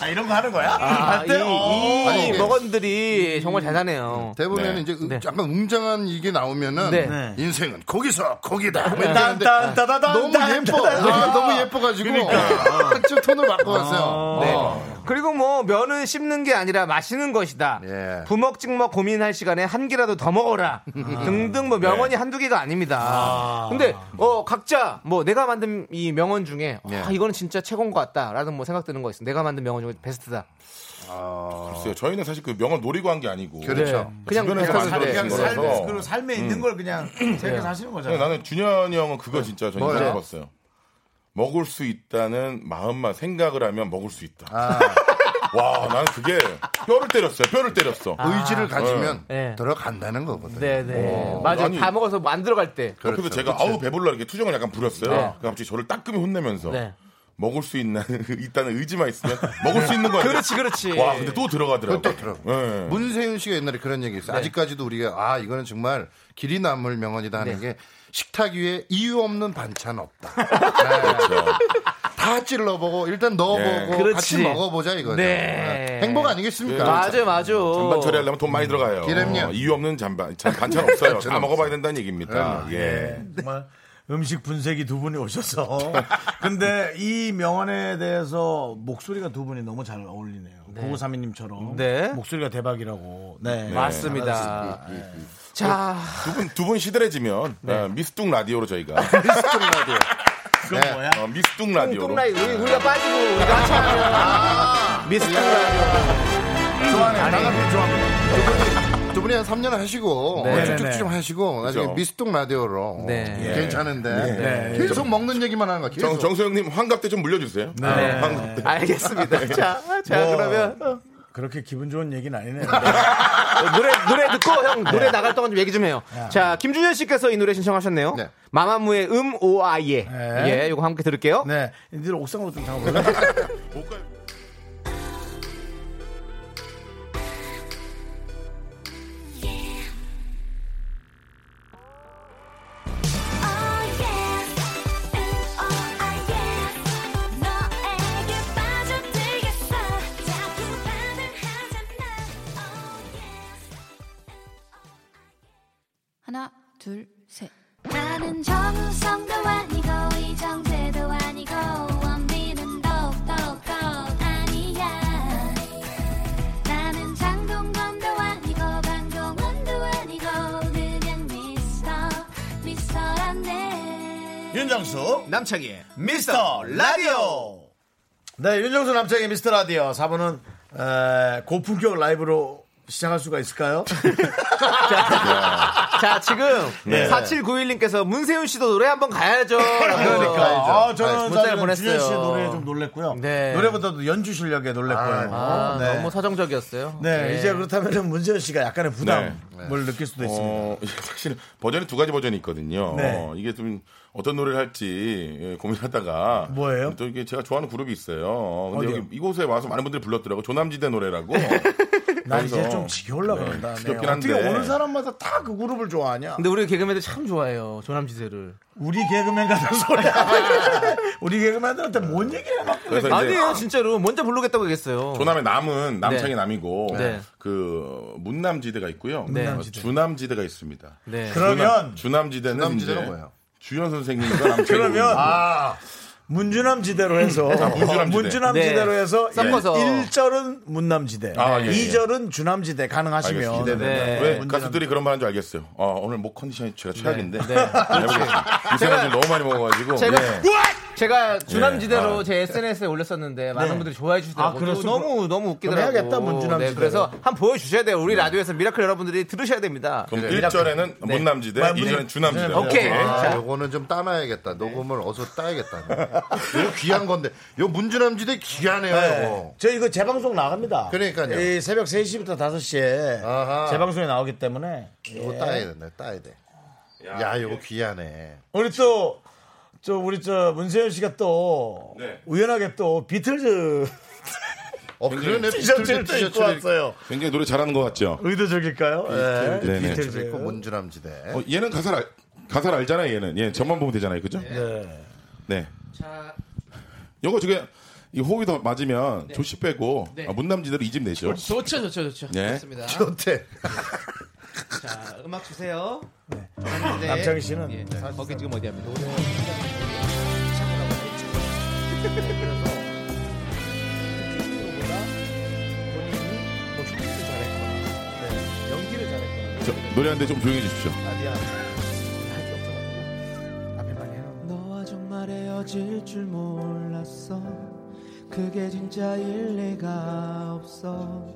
아, 이런 거 하는 거야? 아, 할 때? 이, 이 네. 어. 아니, 먹언들이 정말 대단해요. 대본에는 네. 이제 음- 약간 웅장한 이게 나오면은 네. 네. 인생은 거기서 거기다. 네. 이랬는데 딴, 딴, 따다단, 너무 딴, 예뻐. 따다단. 아, 너무 예뻐가지고 그러니까. 좀 톤을 바꿔봤어요. 네. 어. 그리고 뭐 면은 씹는 게 아니라 마시는 것이다. 네. 부먹 찍먹 고민할 시간에 한 끼라도 더 먹어라. 음. 등등 뭐 명언이 네. 한두 개가 아닙니다. 근데 어 각자 뭐 내가 만든 이 명언 중에 네. 아 이거는 진짜 최고인 것 같다라는 뭐 생각드는 거 있어. 내가 만든 명언 중에 베스트다. 글쎄요. 저희는 사실 그 명언 노리고 한 게 아니고 그렇죠. 그냥 그냥 주변에서 그냥 만들어진 그냥 거라서 삶에, 그 삶에 있는 음. 네, 걸 그냥 생각하시는 거잖아요. 근데 나는 준현이 형은 그거 진짜 저는 뭐예요? 생각해봤어요. 먹을 수 있다는 마음만 생각을 하면 먹을 수 있다. 와, 난 그게 뼈를 때렸어요. 뼈를 때렸어. 의지를 가지면 네. 들어간다는 거거든요. 네네. 맞아요. 다 먹어서 뭐 안 들어갈 때. 그래서 제가 아우 배불러 이렇게 투정을 약간 부렸어요. 네. 그러니까 갑자기 저를 따끔히 혼내면서 네. 먹을 수 있나 있다는 의지만 있으면 먹을 수 있는 거야. 그렇지, 그렇지. 와, 근데 또 들어가더라고. 그것도 들어. 예. 문세윤 씨가 옛날에 그런 얘기 했어요. 아직까지도 우리가 아 이거는 정말 길이 남을 명언이다 하는 게 식탁 위에 이유 없는 반찬 없다. 네. 그렇죠. 다 찔러보고 일단 넣어보고 네. 같이 그렇지. 먹어보자 이거죠. 네. 네. 행복 아니겠습니까? 맞아요, 그렇죠. 맞아요. 잔반 처리하려면 돈 많이 들어가요. 기름요. 어, 이유 없는 잔반 음. 잔- 반찬 없어요. 반찬 다 먹어봐야 된다는 얘기입니다. 그럼요. 예. 네. 정말 음식 분석이 두 분이 오셔서 근데 이 명언에 대해서 목소리가 두 분이 너무 잘 어울리네요. 네. 9932님처럼 네. 목소리가 대박이라고. 네. 맞습니다. 자, 두 분 두 분 시들해지면 네. 어, 미스뚱 라디오로 저희가 미스뚱 라디오. 그건 뭐야? 미스뚱 라디오. 똥라이 우리 우리가 빠지고 우리가 같이 하면 미스터 라디오. 좋아하네. 나가면 좋아합니다. 두 분이 한 3년 하시고 네. 쭉쭉 좀 하시고 나중에 그렇죠. 미스통 라디오로 네. 어, 괜찮은데 네. 네. 계속 먹는 얘기만 하는 거 정, 계속 정수 형님 환갑 때 좀 물려주세요. 네. 어, 환갑 아, 때. 알겠습니다. 자, 자 뭐, 그러면 어, 그렇게 기분 좋은 얘기는 아니네요. 노래 노래 듣고 형 노래 네. 나갈 동안 좀 얘기 좀 해요. 네. 자, 김준현 씨께서 이 노래 신청하셨네요. 마마무의 음 오아예. 네. 예, 요거 함께 들을게요. 네. 이들 옥상으로 좀 가볼까요? Oh, 하나, 둘, 셋. 나는 정우성도 아니고 이정재도 아니고 원빈은 더욱더 아니야 나는 장동건도 아니고 강동원도 아니고 그냥 미스터 미스터란데 윤정수 남창희의 미스터 라디오 네 윤정수 남창희의 미스터 라디오 4부는 고품격 라이브로 시작할 수가 있을까요? 자, 지금 네. 4791님께서 문세윤 씨도 노래 한번 가야죠. 그러니까. 아, 네, 저는 문자를 사실은 보냈어요. 준현 씨의 노래에 좀 놀랬고요. 노래보다도 연주 실력에 놀랬고요. 아, 네. 너무 서정적이었어요. 네, 이제 그렇다면 문재현 씨가 약간의 부담을 네. 느낄 수도 있습니다. 어, 사실 버전이 두 가지 버전이 있거든요. 네. 어, 이게 좀 어떤 노래를 할지 예, 고민하다가 뭐예요? 또 이게 제가 좋아하는 그룹이 있어요. 어, 근데 어디요? 여기 이곳에 와서 많은 분들이 불렀더라고 조남지대 노래라고. 나 아, 이제 그래서 좀 지겨울라 네, 그런다. 네. 지겹긴 어떻게 한데. 오는 사람마다 다 그 그룹을 좋아하냐? 근데 우리 개그맨들 참 좋아해요. 조남지대를. 우리 개그맨 같은 소리야. 우리 개그맨들한테 뭔 얘기를 해놨 그래서 이제- 아니에요, 진짜로. 먼저 부르겠다고 얘기했어요. 조남의 남은 남창이 남이고 네. 그 문남지대가 있고요. 네. 어, 주남지대가 있습니다. 네. 그러면 주남, 지대는 주남지대가 뭐예요? 주현 선생님과 남창이 그러면 아, 문주남 지대로 해서 아, 문주남 지대. 문주남 네. 지대로 해서 예, 섞어서. 1절은 문남 지대, 아, 예, 예. 2절은 주남 지대 가능하시면 알겠습니다. 네. 왜 문주남 가수들이 그런 말 하는 줄 알겠어요. 어, 오늘 목 컨디션이 제가 최악인데. 네. 네. 네. 이 사람들 너무 많이 먹어가지고. 제가, 네. 예. 제가 주남지대로 예. 아. 제 SNS에 올렸었는데 많은 네. 분들이 좋아해 아, 주시더라고요. 그래서 또 너무, 너무 웃기더라고요. 그럼 해야겠다, 문준남 지대로. 네, 네. 그래서 한번 보여주셔야 돼요. 우리 라디오에서 미라클 여러분들이 들으셔야 됩니다. 그럼 네. 1절에는 네. 문남지대, 아, 2절에는 주남지대. 오케이. 아, 자. 네. 요거는 좀 따놔야겠다. 녹음을 어서 따야겠다. 이거 귀한 건데. 요 문주남 지대 귀하네요. 네. 어. 요거. 저 이거 재방송 나갑니다. 그러니까요. 이 새벽 3시부터 5시에 아하. 재방송에 나오기 때문에 요거 예. 따야 된다. 따야 돼. 야, 요거 귀하네. 우리 또, 저 우리 저 문세윤 씨가 또 우연하게 또 비틀즈 어, 그러네. 티셔츠를 또 입고 왔어요. 굉장히 노래 잘하는 것 같죠? 네, 의도적일까요? 예. 비틀즈. 네네. 비틀즈. 있고 문주남 지대. 어, 얘는 가사를, 알, 가사를 알잖아요, 얘는. 예, 저만 보면 되잖아요, 그죠? 네. 네. 자, 요거 저게, 이 호흡이 더 맞으면 조씨 빼고, 네. 아, 문남지대로 이집 내죠. 좋죠, 좋죠, 좋죠. 네. 좋습니다. 좋대. 자, 음악 주세요. 네. 남창희 씨는 예. 거기 지금 어디야? 연기를 잘했거나 저, 노래하는데 좀 조용히 해주십시오. 아니야. 너와 정말 헤어질 줄 몰랐어 그게 진짜 일리가 없어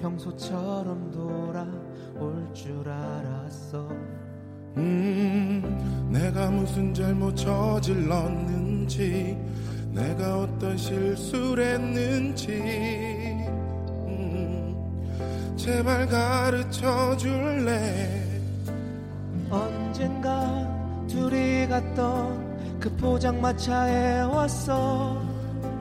평소처럼 돌아올 줄 알았어 음, 내가 무슨 잘못 저질렀는지, 내가 어떤 실수를 했는지, 음, 제발 가르쳐 줄래. 언젠가 네. 둘이 갔던 그 포장마차에 왔어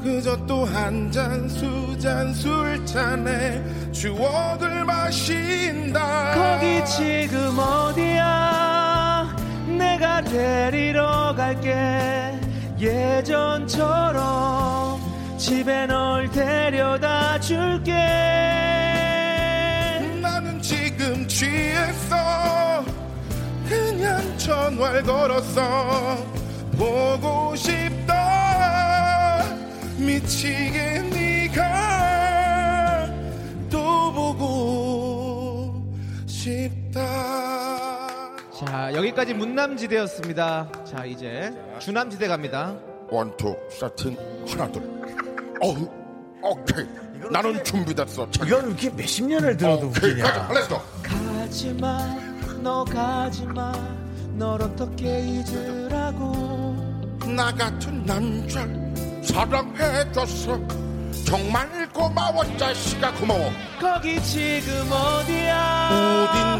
그저 또 한 잔 수잔 술잔에 추억을 마신다 거기 지금 어디야 내가 데리러 갈게 예전처럼 집에 널 데려다 줄게 나는 지금 취했어 그냥 전화를 걸었어 보고 싶다 미치게 네가 또 보고 싶다 자, 여기까지 문남지대였습니다. 자, 이제 주남지대 갑니다. 원투 세팅 하나 둘 어우 오케이 나는 준비됐어 이건 이렇게 몇십 년을 들어도 오케이 그러니까 가자 웃기냐. 렛츠고 가지마 너 가지마 널 어떻게 잊으라고 나 같은 남자 사랑해줬어 정말 고마워 자식아 고마워 거기 지금 어디야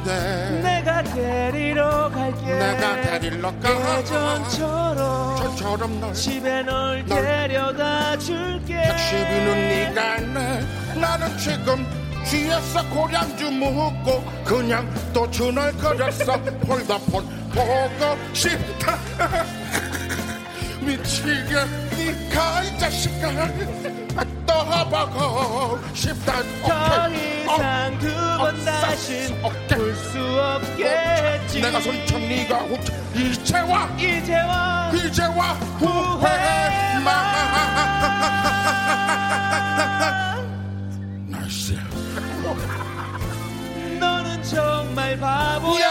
어딘데 내가 데리러 갈게 내가 데리러 가 예전처럼 저처럼 널 집에 널 널 데려다 줄게 택시비는 네가 내 나는 지금 취했어 고량주 묻고 그냥 또 전화를 걸었어 폴더폰 보고 싶다 미치게 네가 이 자식아 떠보고 싶다 더 오케이. 이상 두 어, 번 싹, 다신 오케이. 볼 수 없겠지 내가 손쳐 네가 훔쳐 이제 와 이제 와 이제 와 후회 마 날씨 너는 정말 바보야 야,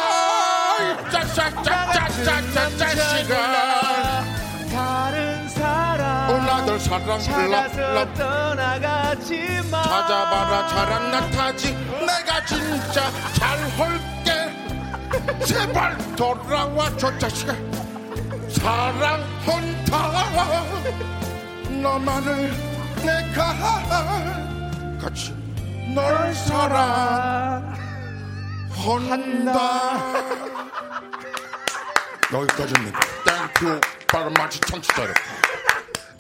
나 같은 짜짜짜짜짜짜짜시가 남자구나. 다른 사람 올라들 바람 찾아서 랍랍 떠나가지마 찾아봐라 잘안 나타지 내가 진짜 잘 홀게 제발 돌아와 저 자식아 사랑 혼자 너만을 내가 같이 널 사랑한다 여기까지입니다 땡큐 바로 마치 청취자 여러분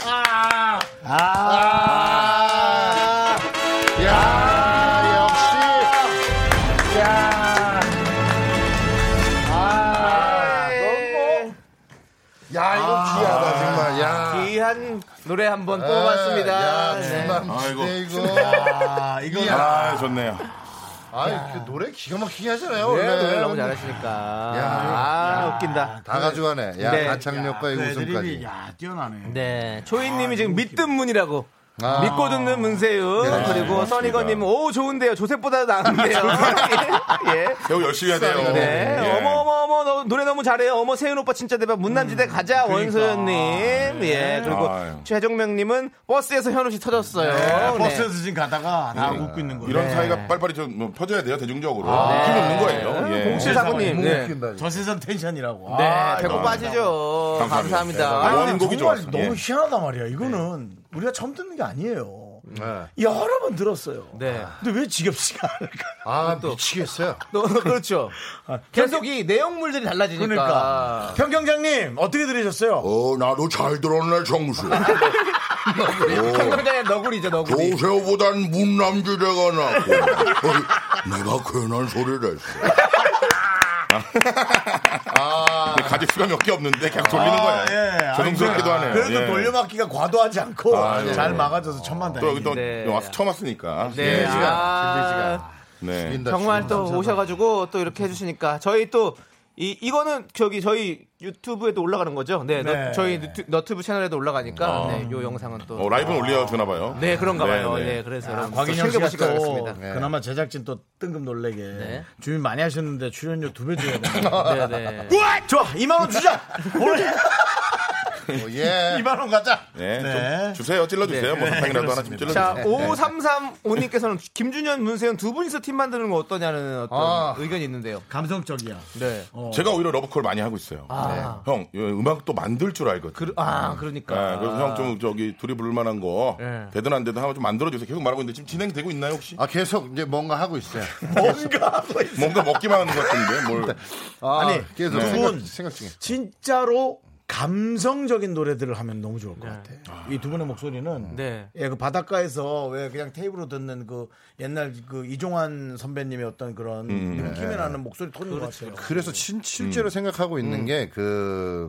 아. 아. 야, 역시. 야. 아. 너무. 야 이거 귀하다, 정말. 야. 아. 귀한 노래 한 번 에, 뽑았습니다. 야, 네. 주남 시대 아이고. 이거. 야, 이거. 아, 좋네요. 아, 그 노래 기가 막히게 하잖아요. 네, 노래, 원래. 노래 너무 잘하시니까. 아, 웃긴다. 다 가져가네. 야, 네. 가창력과 이 야, 그 웃음까지. 애드립이, 아, 야, 뛰어나네. 네. 초이님이 지금 믿든 문이라고. 아. 믿고 듣는 문세윤 네, 그리고 맞습니다. 써니건님 오 좋은데요 조셉보다 나은데요 예 배우 열심히 해야 돼요. 네. 예. 어머 어머 어머 너, 노래 너무 잘해요. 어머 세윤 오빠 진짜 대박. 문남지대 가자 원소연님. 예. 그리고 아유. 최종명님은 버스에서 현우 씨 터졌어요. 네. 버스에서 지금 가다가 나 웃고 있는 거예요. 네. 네. 이런 사이가 빨리빨리 좀 뭐, 퍼져야 돼요 대중적으로. 아, 힘 네. 없는 거예요. 예. 공칠사부님, 네. 저 세상 텐션이라고. 네, 아, 배고 이거. 빠지죠. 감사합니다. 감사합니다. 아니, 아유, 정말 좋았어요. 너무 예. 희한하단 말이야. 이거는 우리가 처음 듣는 게 아니에요. 여러 번 들었어요. 네. 근데 왜 지겹지가 않을까? 아, 미치겠어요. 너, 그렇죠. 계속 이 내용물들이 달라지니까. 그러니까. 평경장님, 어떻게 들으셨어요? 어, 나도 잘 들었네, 정수. 어, 평강장의 너구리죠, 너구리. 조세호보단 문남지대가 나고 어이, 내가 괜한 소리를 했어. 아. 근데 가질 수가 몇 개 없는데 계속 돌리는 아, 거예요. 예. 조동스럽기도 아니, 하네요. 그래도 예. 돌려막기가 과도하지 않고 아, 예. 잘 막아줘서 천만 또 여기 다행이네. 또 와서 처음 왔으니까. 네. 예. 아, 네. 정말 또 오셔가지고 또 이렇게 해주시니까 저희 또 이, 이거는 저기 저희 유튜브에도 올라가는 거죠? 네, 너- 네. 저희 너튜- 너튜브 채널에도 올라가니까 아. 네, 요 영상은 또 어, 라이브는 올려주나 봐요. 네, 그런가 봐요. 예, 그래서 여러분 또 챙겨보시기 바라겠습니다. 네. 그나마 제작진 또 뜬금 놀래게 주민 많이 하셨는데 출연료 두 배 줘야 돼. 네, 우와! 좋아, 2만 원 주자. 오늘 예. 2만 원 가자. 네. 좀 주세요. 찔러주세요. 뭐 사탕이라도 하나 좀 찔러주세요. 자, 5335님께서는 김준현, 문세윤 두 분이서 팀 만드는 거 어떠냐는 어떤 아. 의견이 있는데요. 감성적이야. 네. 제가 오히려 러브콜 많이 하고 있어요. 아. 네. 형, 예, 음악 또 만들 줄 알거든. 아, 그러니까. 예, 그래서 형 좀 저기 둘이 부를 만한 거 되든 안 되든 한번 좀 만들어 주세요. 계속 말하고 있는데 지금 진행되고 있나요, 혹시? 아, 계속 이제 뭔가 하고 있어요. 뭔가 뭔가 먹기만 하는 것 같은데 뭘. 아, 아니, 네. 계속 두 생각- 분. 생각 중에. 진짜로 감성적인 노래들을 하면 너무 좋을 것 같아. 이 두 분의 목소리는 네. 예, 그 바닷가에서 왜 그냥 테이프로 듣는 그 옛날 그 이종환 선배님의 어떤 그런 음. 느낌이 네. 나는 목소리 톤인 것 같아요. 그래서 진, 실제로 생각하고 있는 게 그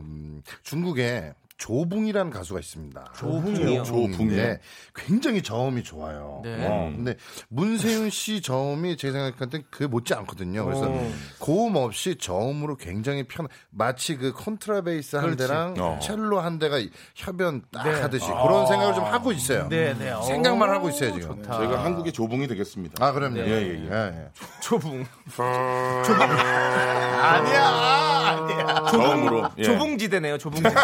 중국에 조붕이라는 가수가 있습니다. 조붕이요? 조붕인데 굉장히 저음이 좋아요. 네. 어. 근데 문세윤 씨 저음이 제 생각할 땐 그게 못지 않거든요. 그래서 어. 고음 없이 저음으로 굉장히 편 마치 그 컨트라베이스 한 그렇지. 대랑 어. 첼로 한 대가 협연 딱 네. 하듯이 아. 그런 생각을 좀 하고 있어요. 네, 네. 어. 생각만 하고 있어요 지금. 제가 한국의 조붕이 되겠습니다. 아 그럼요. 예, 예, 예. 조붕. 조붕. 아니야. 처음으로. 예. 조붕지대네요, 조붕지대.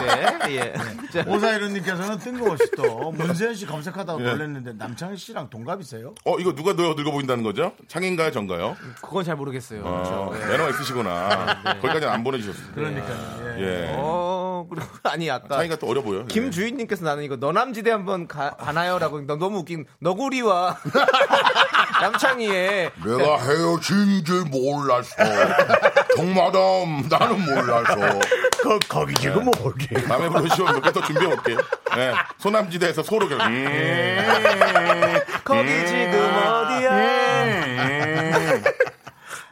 예. 자. 오사이로님께서는 뜬금없이 또 문세현 씨 검색하다가 예. 놀랐는데 남창희 씨랑 동갑이세요? 어, 이거 누가 더 늙어 보인다는 거죠? 창인가요, 전가요? 그건 잘 모르겠어요. 어, 그렇죠. 네. 매너가 있으시구나. 네. 거기까지는 안 보내주셨어요. 그렇죠. 그러니까요. 예. 어, 그리고 아니 아까 네. 차이가 또 어려 보여요. 김주인님께서 나는 이거 너남지대 한번 가, 가나요라고 너- 너무 웃긴 너구리와 남창희의 내가 네. 헤어진 줄 몰랐어. 정마담, 나는 몰라서. 거, 거기 지금 뭐 볼게. 밤에 불러주시면 몇 개 더 준비해 볼게요. 예. 소남지대에서 소로 결 음. 거기 지금 어디야? 예.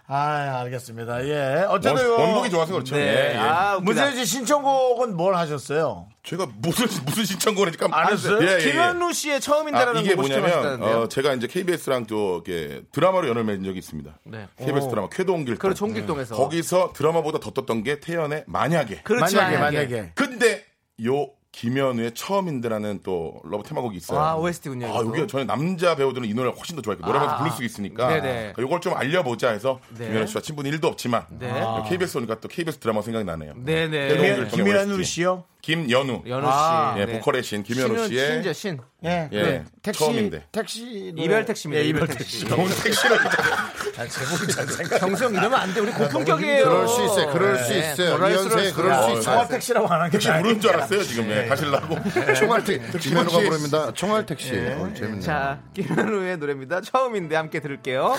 아, 알겠습니다. 예. 어쨌든 원- 원곡이 좋아서 그렇죠. 네. 예, 예. 아, 웃기다. 문세현 씨 신청곡은 뭘 하셨어요? 제가 무슨 무슨 신청곡을 했지 깜- 안 했어요? 예, 예, 예. 김현우 씨의 아, 처음인다라는 이게 곡을 뭐냐면 시청하셨다는데요. 어, 제가 이제 KBS랑 또 이렇게 드라마로 연을 맺은 적이 있습니다. 네. KBS 오. 드라마 쾌동길동. 그렇죠, 홍길동에서. 네. 거기서 드라마보다 더 떴던 게 태연의 만약에. 그렇지, 만약에, 만약에. 만약에. 근데 요 김현우의 처음인데라는 또 러브 테마곡이 있어요. 아, OST 군요, 아, 이것도. 여기 저는 남자 배우들은 이 노래를 훨씬 더 좋아해요. 그 노래방에서 아. 부를 수 있으니까. 그러니까 네네. 요걸 좀 알려보자 해서 네. 김현우 씨와 친분이 1도 없지만 아. 네. KBS 오니까 또 KBS 드라마 생각이 나네요. 네네. 쾌동길동의 김현우 OST. 씨요? 김연우. 연우 씨. 아, 예, 네. 보컬의 신 김연우 신은 씨의 신이죠, 신. 예, 예, 그 택시 네. 처음인데. 택시 노래. 이별 택시입니다. 예, 이별 택시. 너무 택시로 아, 제목이 잘 생각. 경성 이러면 안 아, 돼. 우리 고품격이에요. 그럴 수 있어요. 그럴 네. 수 있어요. 뭐랄 수럴 이현세 수 그럴 있어요. 수 있어요. 청아 택시라고 안 하게. 택시 부르는 줄 알았어요 지금 예, 가실라고. 총알 택시. 김현우가 혹시- 부릅니다. 총알 택시. 어, 재밌네요. 자, 김현우의 노래입니다. 처음인데 함께 들을게요.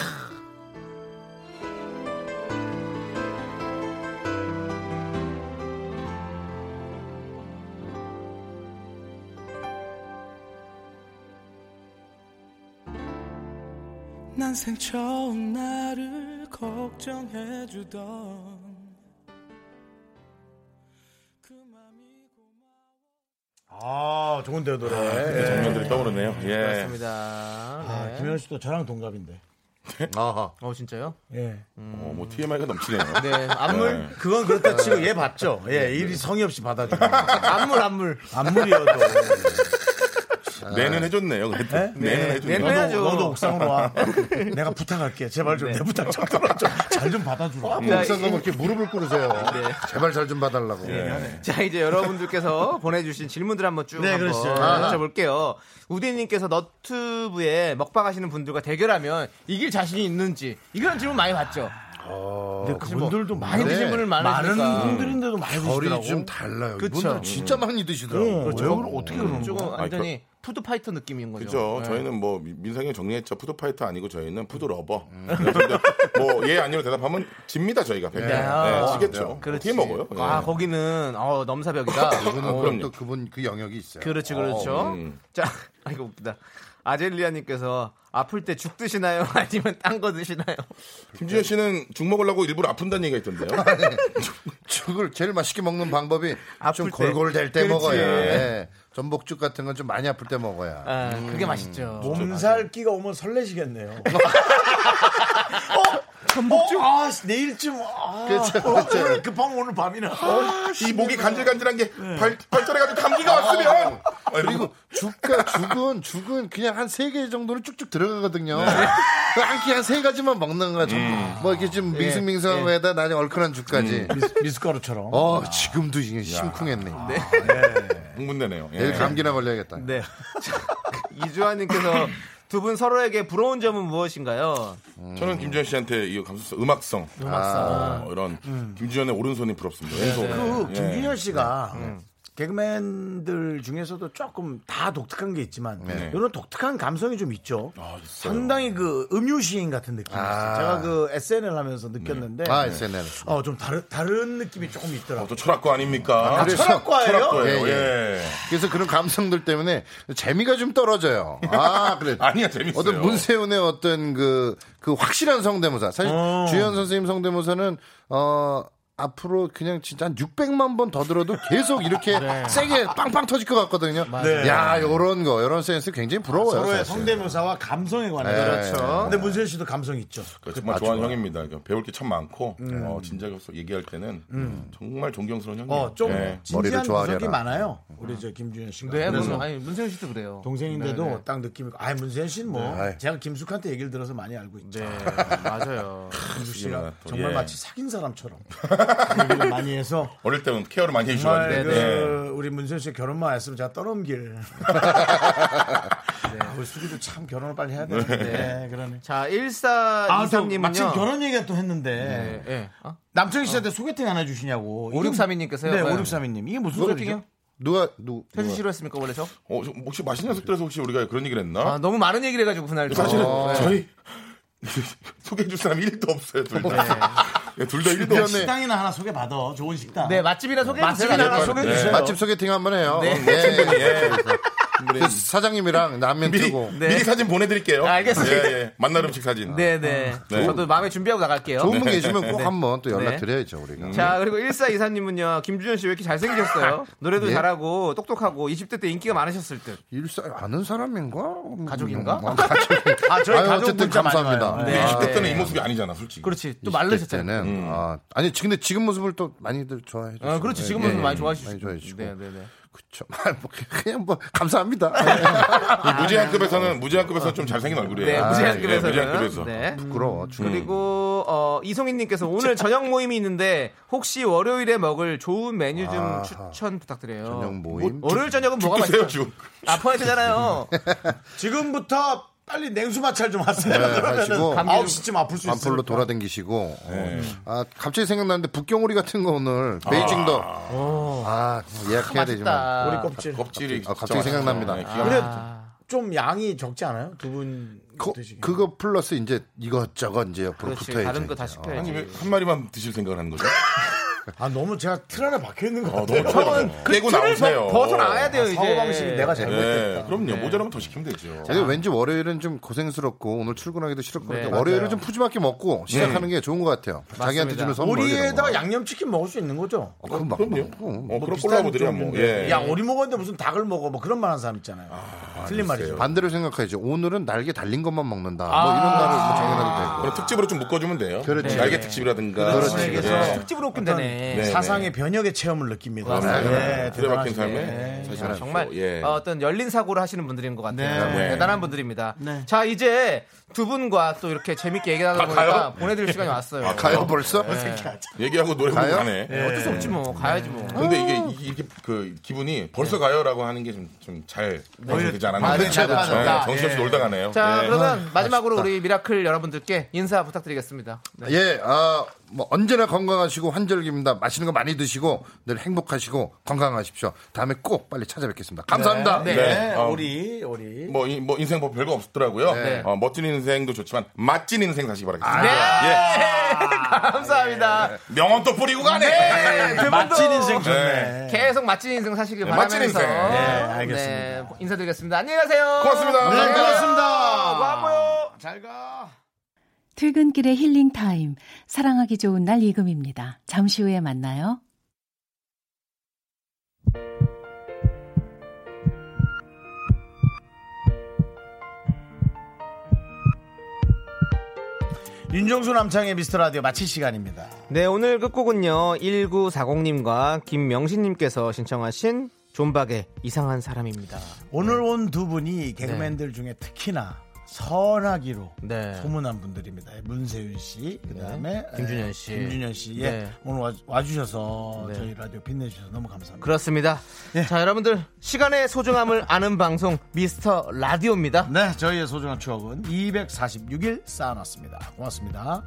난생 처음 나를 걱정해주던 아, 좋은데요, 노래. 예, 장면들이 떠오르네요. 예. 맞습니다. 아, 네. 김현우 씨도 저랑 동갑인데. 아하. 어, 진짜요? 예. 어, 뭐 TMI가 넘치네요. 네, 안물. 그건 그렇다 치고 얘 봤죠. 예, 일이 성의 없이 받아줘. 네. 안물, 안물. 네. 안물이어도. 내는 해줬네요. 그래도. 내는 해줬네요. 내는 해야죠. 너도, 너도 옥상으로 와. 내가 부탁할게. 제발 좀 내 부탁 좀 들어줘. 잘 좀 네. 받아주라. 자, 네. 목상 가면 이렇게 무릎을 꿇으세요. 제발 잘 좀 봐달라고. 네. 자 이제 여러분들께서 보내주신 질문들 한번 쭉 네, 한번 그렇죠. 여쭤볼게요. 우디님께서 너튜브에 먹방하시는 분들과 대결하면 이길 자신이 있는지 이런 질문 많이 받죠. 근데 그분들도 많이 많이 네. 질문을 많은 많으니까 분들인데도 많이 드시더라고. 네. 결이 좀 달라요. 그쵸. 이분들 진짜 많이 드시더라고요. 어, 왜 그러- 어떻게 그러는 거야? 조금 아니, 완전히 푸드 파이터 느낌인 거죠. 그죠. 네. 저희는 뭐 민상이 정리했죠. 푸드 파이터 아니고 저희는 푸드 러버. 네, 뭐예 아니면 대답하면 집니다 저희가. 네. 네, 지겠죠. 아, 어. 그렇지. 어떻게 먹어요? 예. 아 거기는 어 넘사벽이다. 그분은 어, 그럼 그럼요. 또 그분 그 영역이 있어요. 그렇지 그렇죠. 음. 자 아, 이거 웃기다. 아젤리아님께서 아플 때 죽 드시나요? 아니면 딴 거 드시나요? 김지현 씨는 죽 먹으려고 일부러 아픈다는 얘기가 있던데요. 죽을 제일 맛있게 먹는 방법이 아플 좀 때. 골골 댈 때 그렇지. 먹어야. 네. 예. 전복죽 같은 건 좀 많이 아플 때 먹어야. 아, 그게 맛있죠. 음. 몸살 끼가 오면 설레시겠네요. 어? 전복죽? 아, 씨, 내일쯤. 아, 그쵸, 어, 그쵸. 오늘 급하면 오늘 밤이나. 아, 이 목이 간질간질한 게 발, 발전해가지고 감기가 왔으면. 아, 그리고 뭐 죽과 죽은 죽은 그냥 한 세 개 정도는 쭉쭉 들어가거든요. 네. 그 한끼한 세 가지만 먹는 거죠. 음. 뭐 이렇게 예. 좀 밍숭밍숭한 거에다 나중에 얼큰한 죽까지. 미숫가루처럼. 어 지금도 이게 심쿵했네. 아. 흥분되네요. 예. 내일 감기나 걸려야겠다. 네. 이주환님께서 두 분 서로에게 부러운 점은 무엇인가요? 저는 김지현 씨한테 이 감수성, 음악성, 어, 이런 김지현의 오른손이 부럽습니다. 왼손. 그 예. 김준현 씨가 개그맨들 중에서도 조금 다 독특한 게 있지만 이런 독특한 감성이 좀 있죠. 상당히 그 음유 시인 같은 느낌이 있어요. 제가 그 SNL 하면서 느꼈는데 아 SNL. 어, 좀 다른 다른 느낌이 조금 어, 있더라고요. 또 철학과 아닙니까? 아, 그래서- 철학과예요? 어, 철학과예요. 예, 예. 그래서 그런 감성들 때문에 재미가 좀 떨어져요. 아 그래. 아니야, 재밌어요. 어떤 문세윤의 어떤 그, 그 확실한 성대모사. 사실 주현 선생님 성대모사는, 어, 앞으로 그냥 진짜 한 600만 번 더 들어도 계속 이렇게 세게 빵빵 터질 것 같거든요. 야, 요런 거, 요런 센스 굉장히 부러워요. 뭐 서로의 사실. 성대묘사와 감성에 관한 예. 그렇죠. 근데 문세윤 씨도 감성 있죠. 그 정말 좋아하는 형입니다. 그러니까 배울 게 참 많고 어, 진작에 서 얘기할 때는 음, 정말 존경스러운 형이에요. 어, 좀 예. 머리를 진지한 좋아하려나. 구석이 많아요. 우리 저 김준현 씨가. 네, 그래서 문, 아니 문세윤 씨도 그래요. 동생인데도 딱 느낌이. 아, 문세현 씨는 뭐 아이. 제가 김숙한테 얘기를 들어서 많이 알고 있죠. 네, 맞아요. 김숙 씨가 또, 정말 예. 마치 사귄 사람처럼 얘기를 많이 해서 어릴 때는 케어를 많이 정말 네, 해주셔가지고. 그 예. 우리 문세현 씨 결혼만 안 했으면 제가 떠넘길. 네, 우리 수기도 참 결혼을 빨리 해야 되는데 네, 그러네. 자, 아, 또 1423님은요. 마침 결혼 얘기가 또 했는데 네, 네. 어? 남청희 씨한테 소개팅 안 해주시냐고. 5632님께서요? 네, 5632님. 이게 무슨 소리죠? 누가, 누, 해주 누가. 싫어했습니까 원래 저? 어, 저- 혹시 맛있는 녀석들에서 혹시 우리가 그런 얘기를 했나? 아, 너무 많은 얘기를 해가지고 그날도. 사실은 네. 어, 저희 소개해줄 사람 1도 없어요. 둘 다. 예, 둘 다 1도 없어요. 식당이나 하나 소개받아. 좋은 식당. 네, 맛집이나 소개해 주세요. 네. 맛집이나 하나 소개해 주세요. 네. 맛집 소개팅 한번 해요. 네. 그 사장님이랑 라면 미리, 뜨고. 예. 미리 사진 보내드릴게요. 아, 알겠습니다. 예, 예. 만날 음식 사진. 네, 네. 네. 저도 마음에 준비하고 나갈게요. 좋은 분 계시면 꼭 네. 한번 또 네. 연락드려야죠, 우리가. 자, 그리고 1424님은요. 김준현 씨 왜 이렇게 잘생기셨어요? 노래도 예? 잘하고 똑똑하고 20대 때 인기가 많으셨을 듯. 일사 아는 사람인가? 가족인가? 아, 가족. 아, 저희 아유, 가족 어쨌든 문자 많이 감사합니다. 와요. 네. 20대 때는 이 모습이 아니잖아, 솔직히. 그렇지. 또 20대 말르셨잖아요. 때는, 아, 아니 근데 지금 모습을 또 많이들 좋아해 주시고. 어, 그렇지. 지금은 예, 많이 많이 좋아해주시고. 좋아해 주시고. 네, 네, 네. 그쵸. 뭐 그냥 뭐 감사합니다. 네. 이 무제한급에서는 무제한급에서 좀 잘생긴 얼굴이에요. 네, 아, 무제한급에서는. 예, 무제한급에서. 네. 부끄러워. 죽- 그리고 어, 이송희님께서 오늘 저녁 모임이 있는데 혹시 월요일에 먹을 좋은 메뉴 좀 아하. 추천 부탁드려요. 저녁 모임? 뭐, 월요일 저녁은 뭐가 죽 드세요, 맛있어요? 아파야 되잖아요. 지금부터 빨리 냉수 마찰 좀 하세요. 네, 하시고. 그러면은 아홉 시쯤 아플 수 있어요. 안폴로 돌아댕기시고. 네. 어. 아, 갑자기 생각나는데 북경오리 같은 거 오늘 베이징도. 아, 예약해야 되지만. 오리 껍질. 껍질이 예, 아, 갑자기 생각납니다. 근데 좀 양이 적지 않아요? 두 분 드시기. 그거 플러스 이제 이것저것 이제 옆으로 그렇지, 붙어야지. 다른 거다 씹혀야지. 아니 왜 한 마리만 드실 생각을 하는 거죠? 아 너무 제가 틀 안에 박혀 있는 그 것 어, 같아요. 너무 처음 빼고 나오세요. 벗어나야 돼요, 이제. 사고 방식이 내가 잘못했다. 네, 그럼요. 모자라면 더 시키면 되죠. 제가 왠지 월요일은 좀 고생스럽고 오늘 출근하기도 싫었고 네, 월요일은 좀 푸짐하게 먹고 시작하는 게 좋은 것 같아요. 자기한테 주는 선물. 오리에다가 네. 양념치킨 먹을 수 있는 거죠. 어, 그럼 막 그럼요. 먹고. 어, 그런 비슷한 콜라보들이야 뭐. 종류인데. 예. 야 오리 먹었는데 무슨 닭을 먹어? 뭐 그런 말하는 사람 있잖아요. 틀린 말이죠. 반대로 생각해야죠. 오늘은 날개 달린 것만 먹는다. 뭐 이런 날을 뭐 정해놔도 되고. 아. 그럼 특집으로 좀 묶어주면 돼요. 그렇지. 날개 특집이라든가. 그렇지. 예. 그래서 네. 특집으로 웃긴 되네. 네, 사상의 변혁의 체험을 느낍니다. 맞아요. 네, 대단하시네. 들여박힌 삶에 사실 예. 은 정말 예. 어, 어떤 열린 사고를 하시는 분들인 것 같아요. 네. 대단한 분들입니다. 자 이제 두 분과 또 이렇게 재밌게 얘기하다 보니까 가요? 보내드릴 시간이 왔어요. 가요 네. 벌써? 얘기하고 노래 가요? 부르네. 어쩔 수 없지 뭐 가야지 뭐. 근데 이게 이- 이게 그 기분이 벌써 가요라고 하는 게 좀 좀잘 되지 않았나요? 아, 그렇죠, 그렇죠. 네, 정신없이 놀다 가네요. 자 네. 그러면 마지막으로 우리 미라클 여러분들께 인사 부탁드리겠습니다. 네. 예, 아, 뭐 언제나 건강하시고 환절기입니다. 맛있는 거 많이 드시고 늘 행복하시고 건강하십시오. 다음에 꼭 빨리 찾아뵙겠습니다. 감사합니다. 네. 네, 어, 오리 오리. 뭐, 이- 뭐 인생 뭐 별거 없더라고요. 네. 어, 멋진 인생도 좋지만 맛진 인생 사시기 바라겠습니다. 네! 예. 감사합니다. 아, 명언 또 뿌리고 가네. 두 분도 맛진 인생 좋네. 네. 계속 맛진 인생 사시길 네, 바라면서 맛진 인생. 네, 알겠습니다. 인사드리겠습니다. 안녕히 가세요. 고맙습니다. 네, 고맙습니다. 고마워요. 퇴근길의 힐링 타임. 사랑하기 좋은 날 이금입니다. 잠시 후에 만나요. 윤정수 남창의 미스터 라디오 마칠 시간입니다. 네, 오늘 끝곡은요. 1940님과 김명신님께서 신청하신 존박의 이상한 사람입니다. 오늘 네. 온 두 분이 개그맨들 중에 특히나 선하기로 네. 소문난 분들입니다. 문세윤 씨, 그다음에 김준현 에, 씨. 김준현 씨, 네. 예. 오늘 와, 주셔서 네. 저희 라디오 빛내주셔서 너무 감사합니다. 그렇습니다. 예. 자, 여러분들 시간의 소중함을 아는 방송 미스터 라디오입니다. 네, 저희의 소중한 추억은 246일 쌓아놨습니다. 고맙습니다.